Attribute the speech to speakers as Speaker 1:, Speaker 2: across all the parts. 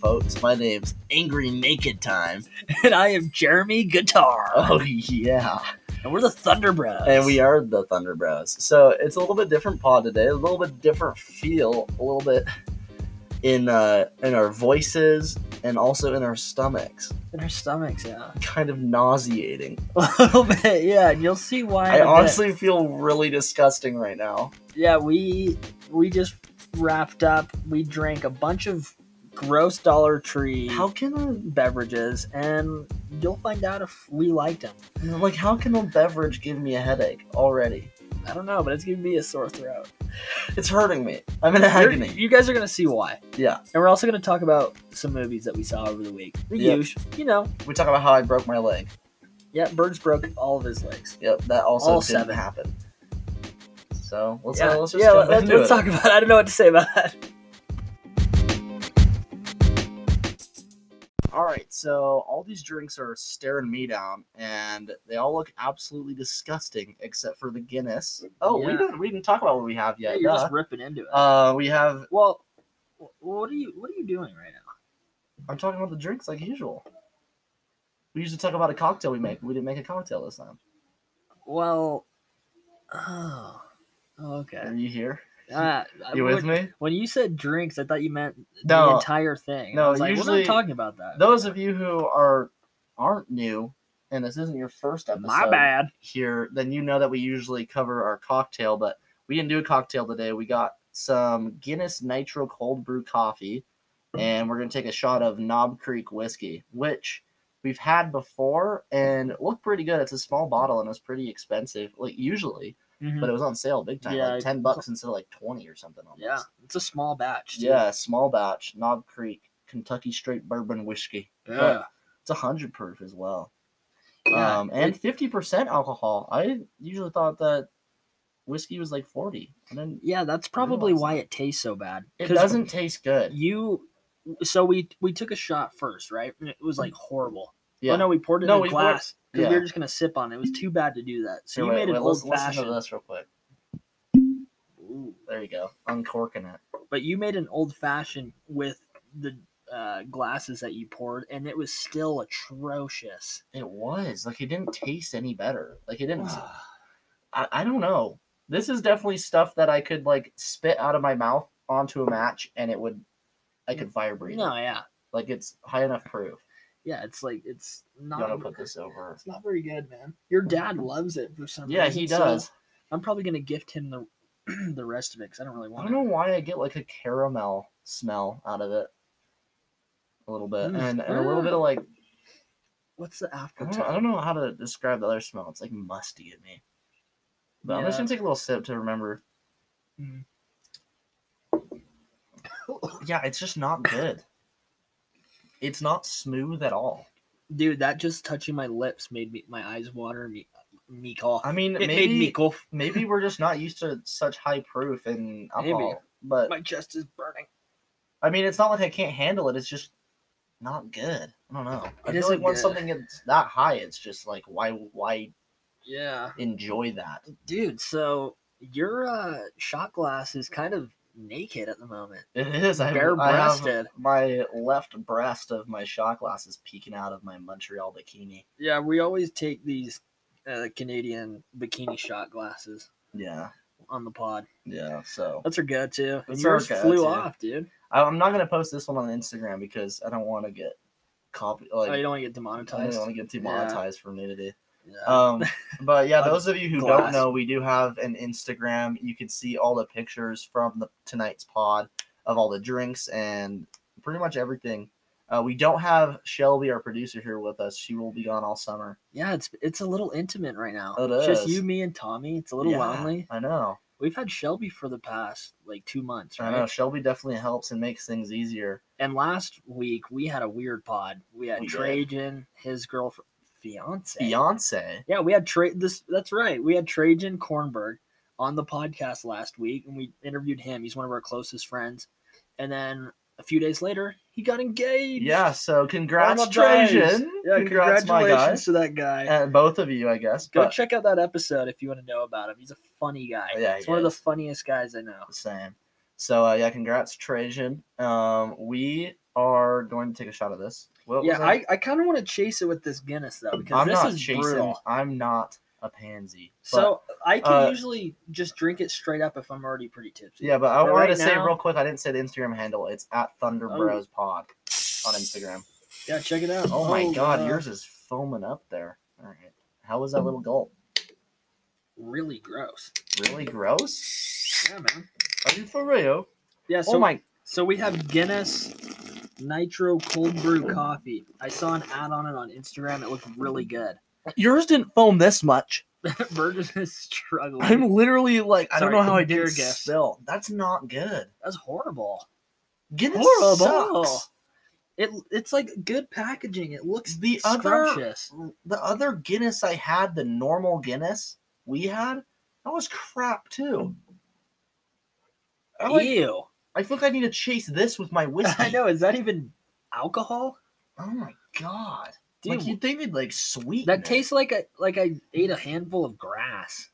Speaker 1: folks. My name's Angry Naked Time.
Speaker 2: And I am Jeremy Guitar.
Speaker 1: Oh, yeah.
Speaker 2: And we're the Thunder Bros.
Speaker 1: And we are the Thunder Bros. So it's a little bit different pod today, a little bit different feel, a little bit in uh, in our voices and also in our stomachs.
Speaker 2: in our stomachs, yeah.
Speaker 1: Kind of nauseating.
Speaker 2: A little bit, yeah. And you'll see why. in
Speaker 1: I
Speaker 2: a bit.
Speaker 1: honestly feel really disgusting right now.
Speaker 2: yeah, we we just wrapped up. We drank a bunch of gross Dollar Tree
Speaker 1: How can a
Speaker 2: beverages, and you'll find out if we liked them.
Speaker 1: like how can a beverage give me a headache already?
Speaker 2: I don't know, but it's giving me a sore throat.
Speaker 1: It's hurting me. I'm in
Speaker 2: You're-
Speaker 1: agony.
Speaker 2: You guys are gonna see why.
Speaker 1: Yeah.
Speaker 2: And we're also gonna talk about some movies that we saw over the week. The
Speaker 1: Yeah.
Speaker 2: huge, you know.
Speaker 1: We talk about how I broke my leg.
Speaker 2: Yeah, Burns broke all of his legs.
Speaker 1: Yep, that also
Speaker 2: All
Speaker 1: didn't
Speaker 2: seven.
Speaker 1: happen. So let's
Speaker 2: yeah,
Speaker 1: let's just
Speaker 2: yeah,
Speaker 1: jump
Speaker 2: let-
Speaker 1: into
Speaker 2: let's
Speaker 1: it.
Speaker 2: talk about. it. I don't know what to say about that.
Speaker 1: All right, so all these drinks are staring me down, and they all look absolutely disgusting, except for the Guinness. Oh, we
Speaker 2: Yeah.
Speaker 1: didn't we didn't talk about what we have
Speaker 2: Yeah,
Speaker 1: yet.
Speaker 2: you're
Speaker 1: duh.
Speaker 2: just ripping into it.
Speaker 1: Uh, we have.
Speaker 2: well, wh- what are you what are you doing right now?
Speaker 1: I'm talking about the drinks like usual. We usually talk about a cocktail we make. We didn't make a cocktail this time.
Speaker 2: Well, oh, okay.
Speaker 1: Are you here?
Speaker 2: Uh,
Speaker 1: Mm, You
Speaker 2: when,
Speaker 1: with me?
Speaker 2: when you said drinks, I thought you meant the
Speaker 1: No,
Speaker 2: entire thing.
Speaker 1: no,
Speaker 2: I was like, we're
Speaker 1: usually-
Speaker 2: not talking about that.
Speaker 1: Those of you who are aren't new, and this isn't your first episode.
Speaker 2: My bad.
Speaker 1: here, then you know that we usually cover our cocktail, but we didn't do a cocktail today. We got some Guinness Nitro Cold Brew coffee,
Speaker 2: Mm-hmm.
Speaker 1: and we're going to take a shot of Knob Creek whiskey, which we've had before and it looked pretty good. It's a small bottle and it's pretty expensive, like usually,
Speaker 2: Mhm.
Speaker 1: but it was on sale big time,
Speaker 2: Yeah,
Speaker 1: like
Speaker 2: it-
Speaker 1: 10 bucks instead of like 20 or something. Almost.
Speaker 2: Yeah, it's a small batch. too.
Speaker 1: Yeah, small batch, Knob Creek, Kentucky straight bourbon whiskey.
Speaker 2: yeah.
Speaker 1: It's 100 proof as well
Speaker 2: Yeah,
Speaker 1: um, and
Speaker 2: it-
Speaker 1: fifty percent alcohol. I didn't- usually thought that whiskey was like forty, and then
Speaker 2: yeah, that's probably
Speaker 1: realize
Speaker 2: why it tastes so bad.
Speaker 1: it
Speaker 2: 'Cause
Speaker 1: doesn't taste good.
Speaker 2: You, so we we took a shot first, right? And it was like horrible.
Speaker 1: Yeah,
Speaker 2: Oh no, we poured it
Speaker 1: No,
Speaker 2: in
Speaker 1: we
Speaker 2: a
Speaker 1: poured-
Speaker 2: glass because
Speaker 1: yeah.
Speaker 2: we were just gonna sip on it. It was too bad to do that. So
Speaker 1: Here,
Speaker 2: you
Speaker 1: wait,
Speaker 2: made
Speaker 1: wait,
Speaker 2: an
Speaker 1: let's Listen
Speaker 2: old
Speaker 1: to
Speaker 2: fashioned.
Speaker 1: this real quick. There you go, uncorking it.
Speaker 2: but you made an old fashioned with the uh, glasses that you poured, and it was still atrocious.
Speaker 1: It was like it didn't taste any better. Like it didn't. I, I don't know. This is definitely stuff that I could like spit out of my mouth onto a match, and it would. I could fire breathe. it.
Speaker 2: no, yeah,
Speaker 1: Like it's high enough proof.
Speaker 2: yeah. It's like it's
Speaker 1: You
Speaker 2: not.
Speaker 1: gotta put this over.
Speaker 2: It's not very good, man. Your dad loves it for some
Speaker 1: Yeah,
Speaker 2: reason.
Speaker 1: he
Speaker 2: so
Speaker 1: does.
Speaker 2: I'm probably gonna gift him the the rest of it because I don't really
Speaker 1: I
Speaker 2: want
Speaker 1: don't know why I get like a caramel smell out of it. A little bit.
Speaker 2: Mm.
Speaker 1: And, and a little bit of like,
Speaker 2: it. What's the
Speaker 1: I don't, I
Speaker 2: aftertaste?
Speaker 1: don't know how to describe the other smell. It's like musty to me. But I'm just
Speaker 2: Yeah.
Speaker 1: going to take a little sip to remember.
Speaker 2: Mm.
Speaker 1: Yeah, it's just not good. It's not smooth at all.
Speaker 2: Dude, that just touching my lips made me my eyes water me me cough.
Speaker 1: I mean,
Speaker 2: it made me
Speaker 1: maybe
Speaker 2: cough.
Speaker 1: maybe we're just not used to such high proof and
Speaker 2: Maybe.
Speaker 1: alcohol. But
Speaker 2: My chest is burning.
Speaker 1: I mean, it's not like I can't handle it. It's just not good. I don't know. I
Speaker 2: It
Speaker 1: feel
Speaker 2: isn't
Speaker 1: like once
Speaker 2: good.
Speaker 1: something gets that high, it's just like why why
Speaker 2: Yeah.
Speaker 1: enjoy that?
Speaker 2: Dude, so your uh, shot glass is kind of naked at the moment.
Speaker 1: It is. I,
Speaker 2: Bare
Speaker 1: I have
Speaker 2: breasted.
Speaker 1: my left breast of my shot glass is peeking out of my Montreal bikini.
Speaker 2: Yeah, we always take these uh, Canadian bikini shot glasses
Speaker 1: Yeah,
Speaker 2: on the pod.
Speaker 1: yeah. So
Speaker 2: That's our go to. And
Speaker 1: That's our
Speaker 2: yours flew
Speaker 1: go-to.
Speaker 2: off, dude.
Speaker 1: I- I'm not gonna post this one on Instagram because I don't want to get copy. Like
Speaker 2: oh, you don't Uh, want to
Speaker 1: I
Speaker 2: get demonetized.
Speaker 1: don't want to get
Speaker 2: Yeah.
Speaker 1: demonetized for nudity.
Speaker 2: Yeah.
Speaker 1: Um, but yeah,
Speaker 2: On
Speaker 1: those of you who don't
Speaker 2: glass.
Speaker 1: know, we do have an Instagram. You can see all the pictures from the tonight's pod of all the drinks and pretty much everything. Uh, we don't have Shelby, our producer, here with us. She will be gone all summer.
Speaker 2: yeah, it's it's a little intimate right now.
Speaker 1: It
Speaker 2: It's just
Speaker 1: is.
Speaker 2: you, me, and Tommy. It's a little
Speaker 1: Yeah,
Speaker 2: lonely.
Speaker 1: I know.
Speaker 2: We've had Shelby for the past like two months,
Speaker 1: I
Speaker 2: right?
Speaker 1: know. Shelby definitely helps and makes things easier.
Speaker 2: And last week we had a weird pod. We had
Speaker 1: We did.
Speaker 2: Trajan, his girlfriend, fiance.
Speaker 1: Beyonce.
Speaker 2: Yeah, we had Tra- this that's right. We had Trajan Kornberg on the podcast last week and we interviewed him. He's one of our closest friends. And then a few days later, he got engaged.
Speaker 1: Yeah. So congrats,
Speaker 2: Final prize.
Speaker 1: Trajan.
Speaker 2: Yeah,
Speaker 1: Congrats, my guy.
Speaker 2: congratulations to that guy.
Speaker 1: And both of you, I guess.
Speaker 2: Go
Speaker 1: but
Speaker 2: check out that episode if you want to know about him. He's a funny guy.
Speaker 1: Yeah,
Speaker 2: He's
Speaker 1: he
Speaker 2: one of
Speaker 1: is.
Speaker 2: the funniest guys I know.
Speaker 1: the same. So uh, yeah, congrats Trajan. Um, we are going to take a shot of this. What was
Speaker 2: yeah,
Speaker 1: that?
Speaker 2: I, I kind of want to chase it with this Guinness though because
Speaker 1: I'm
Speaker 2: this
Speaker 1: not
Speaker 2: is
Speaker 1: chasing.
Speaker 2: brutal.
Speaker 1: I'm not a pansy.
Speaker 2: So I can
Speaker 1: uh,
Speaker 2: usually just drink it straight up if I'm already pretty tipsy.
Speaker 1: Yeah, but I
Speaker 2: But
Speaker 1: wanted
Speaker 2: right
Speaker 1: to say
Speaker 2: now-
Speaker 1: real quick, I didn't say the Instagram handle. It's at Thunder
Speaker 2: Oh.
Speaker 1: Bros Pod on Instagram.
Speaker 2: Yeah, check it out.
Speaker 1: Oh my god,
Speaker 2: uh,
Speaker 1: yours is foaming up there. All right. How was that little gulp?
Speaker 2: really gross.
Speaker 1: Really gross?
Speaker 2: Yeah, man.
Speaker 1: Are you for real?
Speaker 2: Yeah. So
Speaker 1: oh my
Speaker 2: So we have Guinness Nitro Cold Brew Coffee. I saw an ad on it on Instagram. It looked really good.
Speaker 1: yours didn't foam this much.
Speaker 2: Burgess is struggling.
Speaker 1: I'm literally like I don't
Speaker 2: Sorry,
Speaker 1: know how I
Speaker 2: your
Speaker 1: did
Speaker 2: guess.
Speaker 1: spill. That's not good.
Speaker 2: That's horrible.
Speaker 1: Guinness
Speaker 2: Horrible.
Speaker 1: sucks.
Speaker 2: It it's like good packaging. It looks
Speaker 1: The other
Speaker 2: scrumptious.
Speaker 1: the other Guinness I had, the normal Guinness we had, that was crap too. I, like,
Speaker 2: Ew.
Speaker 1: I feel like I need to chase this with my whiskey.
Speaker 2: I know. Is that even alcohol?
Speaker 1: Oh my god!
Speaker 2: Dude,
Speaker 1: like you think they'd like sweet
Speaker 2: that tastes like I like I ate a handful of grass.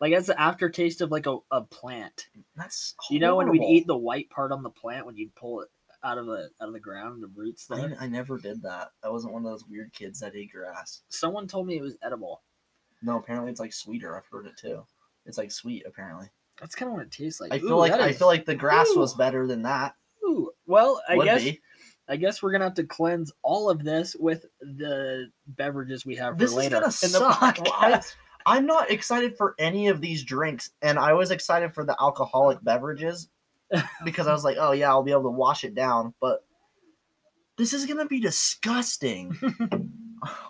Speaker 2: Like that's the aftertaste of like a, a plant.
Speaker 1: That's horrible.
Speaker 2: You know when we'd eat the white part on the plant when you'd pull it out of the out of the ground, the roots there.
Speaker 1: I, I never did that. I wasn't one of those weird kids that ate grass.
Speaker 2: Someone told me it was edible.
Speaker 1: No, apparently it's like sweeter. I've heard it too. It's like sweet. Apparently,
Speaker 2: That's kind of what it tastes like.
Speaker 1: I
Speaker 2: Ooh,
Speaker 1: feel like
Speaker 2: that
Speaker 1: I
Speaker 2: is-
Speaker 1: feel like the grass was
Speaker 2: Ooh.
Speaker 1: better than that.
Speaker 2: ooh. Well, I
Speaker 1: Would
Speaker 2: guess
Speaker 1: be.
Speaker 2: I guess we're gonna have to cleanse all of this with the beverages we have
Speaker 1: This
Speaker 2: for
Speaker 1: is
Speaker 2: later
Speaker 1: gonna
Speaker 2: in
Speaker 1: suck.
Speaker 2: the
Speaker 1: Why-
Speaker 2: podcast.
Speaker 1: I'm not excited for any of these drinks, and I was excited for the alcoholic beverages because I was like, oh yeah, I'll be able to wash it down. But this is gonna be disgusting.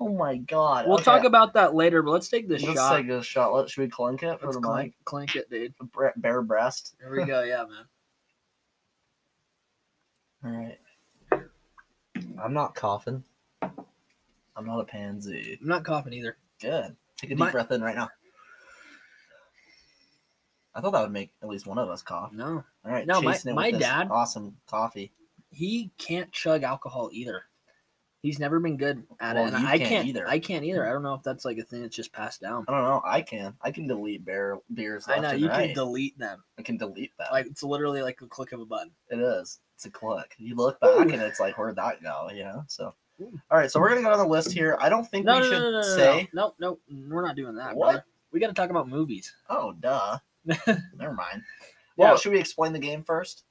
Speaker 1: oh my god.
Speaker 2: We'll
Speaker 1: Okay,
Speaker 2: talk about that later, but let's take this
Speaker 1: Let's
Speaker 2: shot.
Speaker 1: take a shot. Let, should we clunk it for
Speaker 2: let's
Speaker 1: the
Speaker 2: clink, clink it, dude.
Speaker 1: mic? Bre- Bare breast.
Speaker 2: Here we go. Yeah, man.
Speaker 1: All right. I'm not coughing. I'm not a pansy.
Speaker 2: I'm not coughing either.
Speaker 1: Good. Take a deep
Speaker 2: My-
Speaker 1: breath in right now. I thought that would make at least one of us cough.
Speaker 2: No,
Speaker 1: All right.
Speaker 2: No, my-
Speaker 1: chasing it
Speaker 2: my
Speaker 1: with this
Speaker 2: dad-
Speaker 1: Awesome coffee.
Speaker 2: he can't chug alcohol either. He's never been good at
Speaker 1: Well,
Speaker 2: it,
Speaker 1: you
Speaker 2: and I
Speaker 1: can't
Speaker 2: can't,
Speaker 1: either.
Speaker 2: I can't either. I don't know if that's like a thing that's just passed down.
Speaker 1: I don't know. I can. I can delete beer beers.
Speaker 2: I
Speaker 1: Left
Speaker 2: know
Speaker 1: and
Speaker 2: you
Speaker 1: right.
Speaker 2: can delete them.
Speaker 1: I can delete that.
Speaker 2: Like it's literally like a click of a button.
Speaker 1: it is. It's a click. You look back
Speaker 2: Ooh.
Speaker 1: and it's like, where'd that go? You know. So,
Speaker 2: Ooh.
Speaker 1: all right. So we're gonna go down the list here. I don't think
Speaker 2: No,
Speaker 1: we
Speaker 2: no,
Speaker 1: should
Speaker 2: no, no, no,
Speaker 1: say.
Speaker 2: no, no, no, we're not doing that.
Speaker 1: What?
Speaker 2: brother. We got to talk about movies.
Speaker 1: Oh, duh. Never mind. Well,
Speaker 2: Yeah.
Speaker 1: should we explain the game first,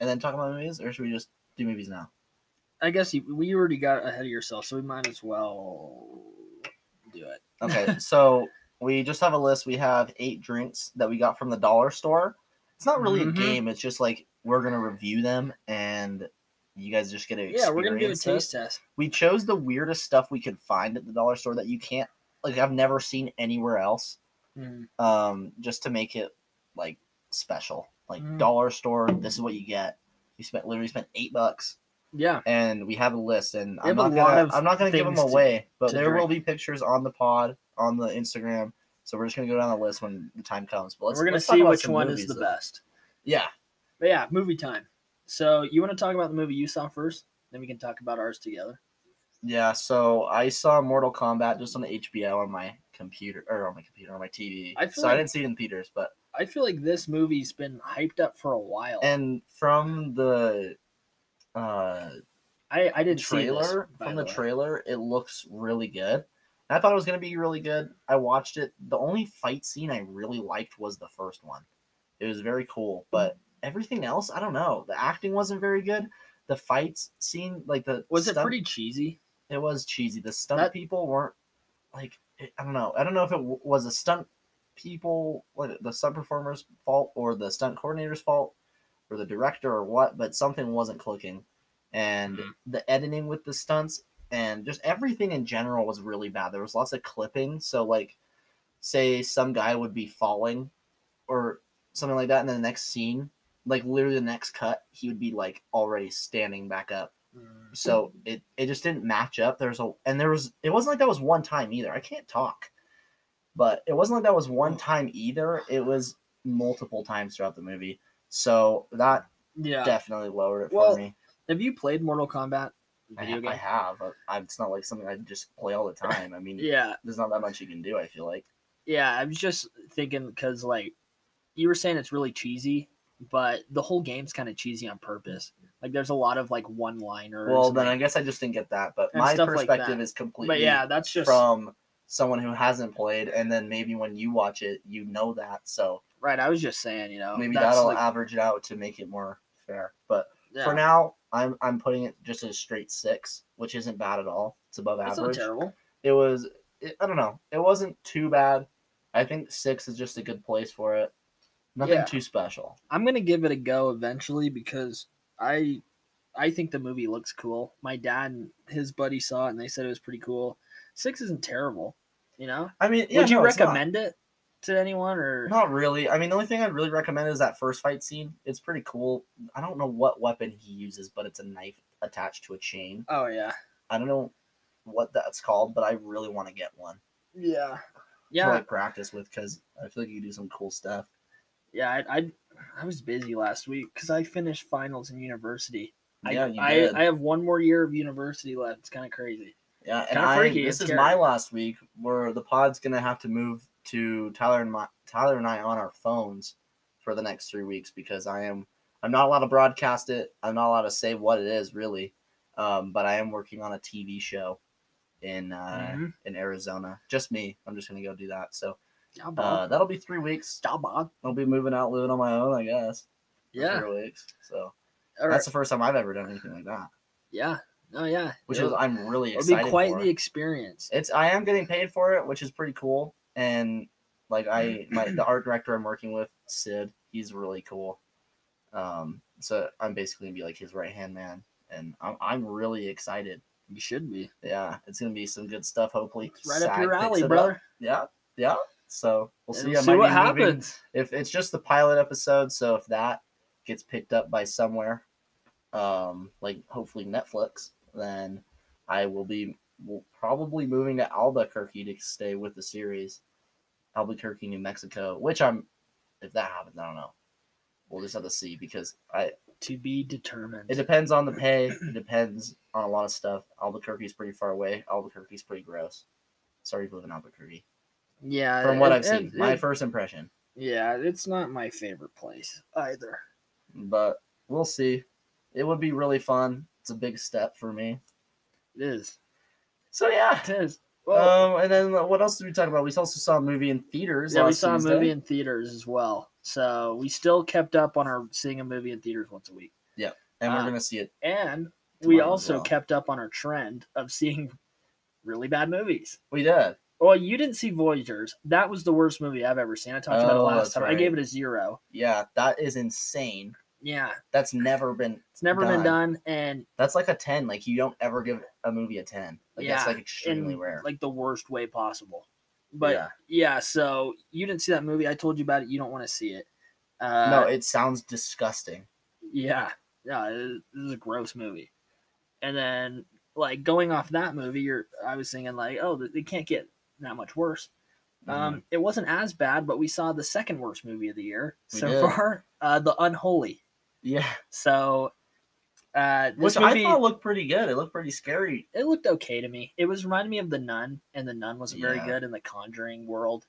Speaker 1: and then talk about movies, or should we just do movies now?
Speaker 2: I guess you, we already got ahead of yourself, so we might as well do it.
Speaker 1: Okay. so we just have a list. We have eight drinks that we got from the dollar store. It's not really
Speaker 2: Mhm.
Speaker 1: a game. It's just like we're gonna review them, and you guys just get to
Speaker 2: Yeah, we're gonna do a
Speaker 1: experience this.
Speaker 2: taste test.
Speaker 1: we chose the weirdest stuff we could find at the dollar store that you can't like i've never seen anywhere else
Speaker 2: Mm.
Speaker 1: um just to make it like special like
Speaker 2: Mm.
Speaker 1: dollar store this is what you get you spent literally spent eight bucks
Speaker 2: Yeah,
Speaker 1: and we have a list and
Speaker 2: We
Speaker 1: i'm
Speaker 2: have a
Speaker 1: not,
Speaker 2: lot
Speaker 1: gonna,
Speaker 2: of
Speaker 1: I'm not gonna give them
Speaker 2: things to-
Speaker 1: away but
Speaker 2: to
Speaker 1: there will be pictures on the pod on the instagram so we're just gonna go down the list when the time comes but let's,
Speaker 2: we're gonna
Speaker 1: let's talk
Speaker 2: see
Speaker 1: about
Speaker 2: which
Speaker 1: some
Speaker 2: one is
Speaker 1: movies,
Speaker 2: the
Speaker 1: though.
Speaker 2: best.
Speaker 1: yeah
Speaker 2: But yeah, movie time. So you want to talk about the movie you saw first, then we can talk about ours together.
Speaker 1: yeah so i saw mortal kombat just on hbo on my computer or on my computer on my tv
Speaker 2: I feel
Speaker 1: so i
Speaker 2: like-
Speaker 1: didn't see it in theaters but
Speaker 2: I feel like this movie's been hyped up for a while.
Speaker 1: and from the uh
Speaker 2: I I didn't see
Speaker 1: trailer
Speaker 2: this, by
Speaker 1: from the
Speaker 2: way.
Speaker 1: trailer it looks really good i thought it was going to be really good i watched it the only fight scene i really liked was the first one it was very cool but
Speaker 2: Hmm.
Speaker 1: everything else i don't know the acting wasn't very good the fights scene like the
Speaker 2: Was it
Speaker 1: stunt-
Speaker 2: pretty cheesy?
Speaker 1: it was cheesy the stunt
Speaker 2: That-
Speaker 1: people weren't like it, i don't know i don't know if it w- was a stunt people like the stunt performers fault or the stunt coordinator's fault or the director or what but something wasn't clicking and
Speaker 2: Mhm.
Speaker 1: the editing with the stunts and just everything in general was really bad there was lots of clipping so like say some guy would be falling or something like that and then the next scene like literally the next cut he would be like already standing back up
Speaker 2: Mm.
Speaker 1: so it it just didn't match up there's a and there was it wasn't like that was one time either i can't talk but it wasn't like that was
Speaker 2: Oh.
Speaker 1: one time either it was multiple times throughout the movie so that
Speaker 2: Yeah.
Speaker 1: definitely lowered it
Speaker 2: Well,
Speaker 1: for me
Speaker 2: Have you played Mortal Kombat
Speaker 1: I,
Speaker 2: video
Speaker 1: ha-
Speaker 2: game?
Speaker 1: I have I- I, it's not like something i just play all the time i mean
Speaker 2: Yeah,
Speaker 1: there's not that much you can do i feel like
Speaker 2: yeah. I was just thinking because like you were saying, it's really cheesy, but the whole game's kind of cheesy on purpose. Like there's a lot of like one liners.
Speaker 1: Well, then I guess I just didn't get that, but
Speaker 2: And
Speaker 1: my
Speaker 2: stuff like
Speaker 1: perspective
Speaker 2: that.
Speaker 1: is completely
Speaker 2: but yeah, that's just
Speaker 1: from someone who hasn't played, and then maybe when you watch it, you know that. So
Speaker 2: right. I was just saying, you know,
Speaker 1: maybe
Speaker 2: that's
Speaker 1: that'll
Speaker 2: like-
Speaker 1: average it out to make it more fair. But
Speaker 2: yeah,
Speaker 1: for now, I'm I'm putting it just a straight six, which isn't bad at all. It's above
Speaker 2: that's not
Speaker 1: average.
Speaker 2: terrible.
Speaker 1: It was it, I don't know. It wasn't too bad. I think six is just a good place for it. Nothing
Speaker 2: Yeah.
Speaker 1: too special.
Speaker 2: I'm gonna give it a go eventually because I I think the movie looks cool. My dad and his buddy saw it and they said it was pretty cool. Six isn't terrible, you know.
Speaker 1: I mean, yeah,
Speaker 2: Would you
Speaker 1: no, it's not-
Speaker 2: recommend it to anyone or
Speaker 1: Not really. I mean, the only thing I'd really recommend is that first fight scene. It's pretty cool. I don't know what weapon he uses, but it's a knife attached to a chain.
Speaker 2: Oh yeah,
Speaker 1: I don't know what that's called, but I really want to get one yeah.
Speaker 2: yeah, yeah,
Speaker 1: to like practice with because I feel like you do some cool stuff.
Speaker 2: yeah. I, I I was busy last week because I finished finals in university.
Speaker 1: yeah,
Speaker 2: I,
Speaker 1: you did.
Speaker 2: I, I have one more year of university left. It's kind of crazy.
Speaker 1: yeah, and
Speaker 2: kinda
Speaker 1: I,
Speaker 2: freaky,
Speaker 1: this
Speaker 2: it's
Speaker 1: is my
Speaker 2: scary.
Speaker 1: last week where the pod's gonna have to move to Tyler and my Tyler and I on our phones for the next three weeks because I am I'm not allowed to broadcast it. I'm not allowed to say what it is really, um, but I am working on a TV show in uh,
Speaker 2: Mhm.
Speaker 1: in Arizona. Just me. I'm just gonna go do that. So
Speaker 2: Yeah,
Speaker 1: uh,
Speaker 2: Bob.
Speaker 1: that'll be three weeks.
Speaker 2: Yeah, Bob.
Speaker 1: I'll be moving out, living on my own, I guess. for
Speaker 2: Yeah.
Speaker 1: three weeks. So
Speaker 2: All right.
Speaker 1: that's the first time I've ever done anything like that,
Speaker 2: yeah. No, yeah.
Speaker 1: which
Speaker 2: It'll-
Speaker 1: is I'm really
Speaker 2: it'll
Speaker 1: excited
Speaker 2: be quite
Speaker 1: for.
Speaker 2: the experience.
Speaker 1: it's I am getting paid for it, which is pretty cool. And like I
Speaker 2: Mm.
Speaker 1: my the art director I'm working with, Sid, he's really cool. Um, so I'm basically gonna be like his right hand man, and I'm I'm really excited.
Speaker 2: You should be.
Speaker 1: Yeah, it's gonna be some good stuff. Hopefully,
Speaker 2: It's right up
Speaker 1: Sag
Speaker 2: your
Speaker 1: picks
Speaker 2: alley,
Speaker 1: it up.
Speaker 2: brother.
Speaker 1: Yeah, yeah. So we'll see.
Speaker 2: And
Speaker 1: I
Speaker 2: see
Speaker 1: might
Speaker 2: what
Speaker 1: be moving-
Speaker 2: happens.
Speaker 1: if it's just the pilot episode so if that gets picked up by somewhere um like hopefully netflix then i will be will probably moving to albuquerque to stay with the series albuquerque new mexico which i'm if that happens i don't know we'll just have to see because i
Speaker 2: To be determined.
Speaker 1: it depends on the pay it depends on a lot of stuff albuquerque's pretty far away albuquerque's pretty gross sorry to live in albuquerque
Speaker 2: yeah.
Speaker 1: from what
Speaker 2: Uh, it-
Speaker 1: i've seen
Speaker 2: it-
Speaker 1: my
Speaker 2: it-
Speaker 1: first impression
Speaker 2: yeah, it's not my favorite place either.
Speaker 1: but we'll see. It would be really fun. It's a big step for me.
Speaker 2: It is.
Speaker 1: So yeah.
Speaker 2: It is. Well,
Speaker 1: Um, and then what else did we talk about? We also saw a movie in theaters.
Speaker 2: yeah, we
Speaker 1: last
Speaker 2: saw
Speaker 1: Tuesday.
Speaker 2: a movie in theaters as well. So we still kept up on our seeing a movie in theaters once a week.
Speaker 1: and we're
Speaker 2: uh,
Speaker 1: gonna see it.
Speaker 2: And
Speaker 1: Tomorrow
Speaker 2: we
Speaker 1: as
Speaker 2: also
Speaker 1: well.
Speaker 2: kept up on our trend of seeing really bad movies.
Speaker 1: We did.
Speaker 2: Well, you didn't see Voyagers. That was the worst movie I've ever seen. I talked about it
Speaker 1: Oh,
Speaker 2: last
Speaker 1: that's
Speaker 2: time. I
Speaker 1: right.
Speaker 2: gave it a zero.
Speaker 1: Yeah, that is insane.
Speaker 2: Yeah,
Speaker 1: That's never been.
Speaker 2: it's never been
Speaker 1: Done.
Speaker 2: done, and
Speaker 1: That's like a ten. Like you don't ever give a movie a ten. Like
Speaker 2: Yeah,
Speaker 1: that's like extremely
Speaker 2: in
Speaker 1: rare.
Speaker 2: like the worst way possible. But yeah.
Speaker 1: Yeah.
Speaker 2: so you didn't see that movie. I told you about it. You don't want to see it. Uh,
Speaker 1: no, it sounds disgusting.
Speaker 2: Yeah, yeah, it- this is a gross movie. And then, like going off that movie, you're I was thinking like, oh, th- it can't get that much worse.
Speaker 1: Mm-hmm.
Speaker 2: Um, it wasn't as bad, but we saw the second worst movie of the year
Speaker 1: We
Speaker 2: so
Speaker 1: did.
Speaker 2: far, uh, The Unholy.
Speaker 1: yeah,
Speaker 2: So, uh, this
Speaker 1: which
Speaker 2: movie
Speaker 1: I thought looked pretty good. It looked pretty scary.
Speaker 2: it looked okay to me. It was reminding me of The Nun, and The Nun wasn't very
Speaker 1: Yeah.
Speaker 2: good in the Conjuring world.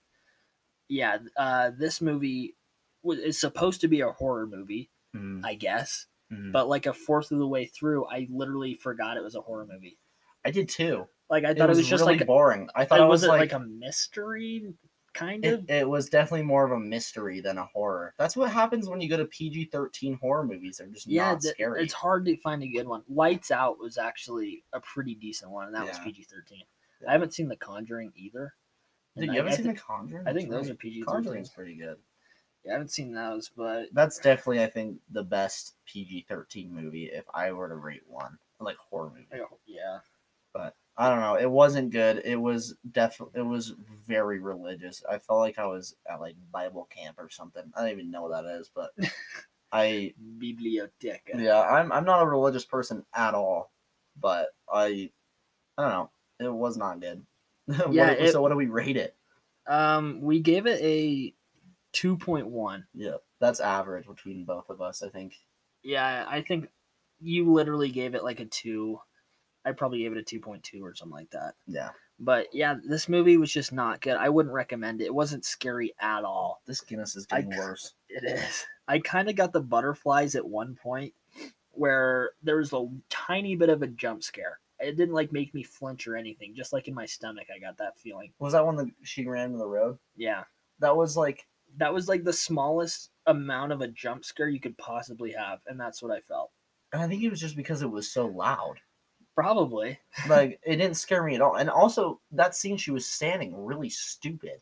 Speaker 2: Yeah, uh, this movie was, is supposed to be a horror movie,
Speaker 1: Mm-hmm.
Speaker 2: I guess,
Speaker 1: Mhm.
Speaker 2: but like a fourth of the way through, I literally forgot it was a horror movie.
Speaker 1: I did too.
Speaker 2: Like I thought it was, just
Speaker 1: really
Speaker 2: like
Speaker 1: boring. I thought
Speaker 2: it
Speaker 1: it was
Speaker 2: wasn't
Speaker 1: like,
Speaker 2: like, a mystery kind of.
Speaker 1: It, it was definitely more of a mystery than a horror. That's what happens when you go to PG thirteen horror movies. They're just
Speaker 2: yeah,
Speaker 1: not
Speaker 2: th-
Speaker 1: scary.
Speaker 2: it's hard to find a good one. Lights Out was actually a pretty decent one, and that was
Speaker 1: Yeah.
Speaker 2: PG thirteen. I haven't seen The Conjuring either.
Speaker 1: Dude,
Speaker 2: and
Speaker 1: you
Speaker 2: I-
Speaker 1: haven't
Speaker 2: I
Speaker 1: seen
Speaker 2: think-
Speaker 1: The Conjuring?
Speaker 2: I think
Speaker 1: That's
Speaker 2: those are
Speaker 1: right.
Speaker 2: PG thirteen.
Speaker 1: Conjuring's pretty good.
Speaker 2: Yeah, I haven't seen those, but
Speaker 1: That's definitely, I think, the best PG thirteen movie if I were to rate one, like horror movie.
Speaker 2: I go, yeah,
Speaker 1: But I don't know. It wasn't good. It was definitely. It was very religious. I felt like I was at like Bible camp or something. I don't even know what that is, but I
Speaker 2: biblioteca.
Speaker 1: Yeah, I'm I'm not a religious person at all, but I I don't know. It was not good. What
Speaker 2: Yeah,
Speaker 1: do-
Speaker 2: it-
Speaker 1: so what do we rate it?
Speaker 2: Um, we gave it a two point one.
Speaker 1: Yeah, that's average between both of us, I think.
Speaker 2: Yeah, I think you literally gave it like a two. I probably gave it a two point two or something like that.
Speaker 1: Yeah.
Speaker 2: But yeah, this movie was just not good. I wouldn't recommend it. It wasn't scary at all.
Speaker 1: This Guinness is getting
Speaker 2: I-
Speaker 1: worse.
Speaker 2: It is. I kind of got the butterflies at one point where there was a tiny bit of a jump scare. It didn't like make me flinch or anything. Just like in my stomach, I got that feeling.
Speaker 1: Was that when the, she ran to the road?
Speaker 2: Yeah,
Speaker 1: That was like
Speaker 2: that was like the smallest amount of a jump scare you could possibly have, and that's what I felt.
Speaker 1: and I think it was just because it was so loud.
Speaker 2: Probably.
Speaker 1: Like it didn't scare me at all. And also that scene she was standing really stupid.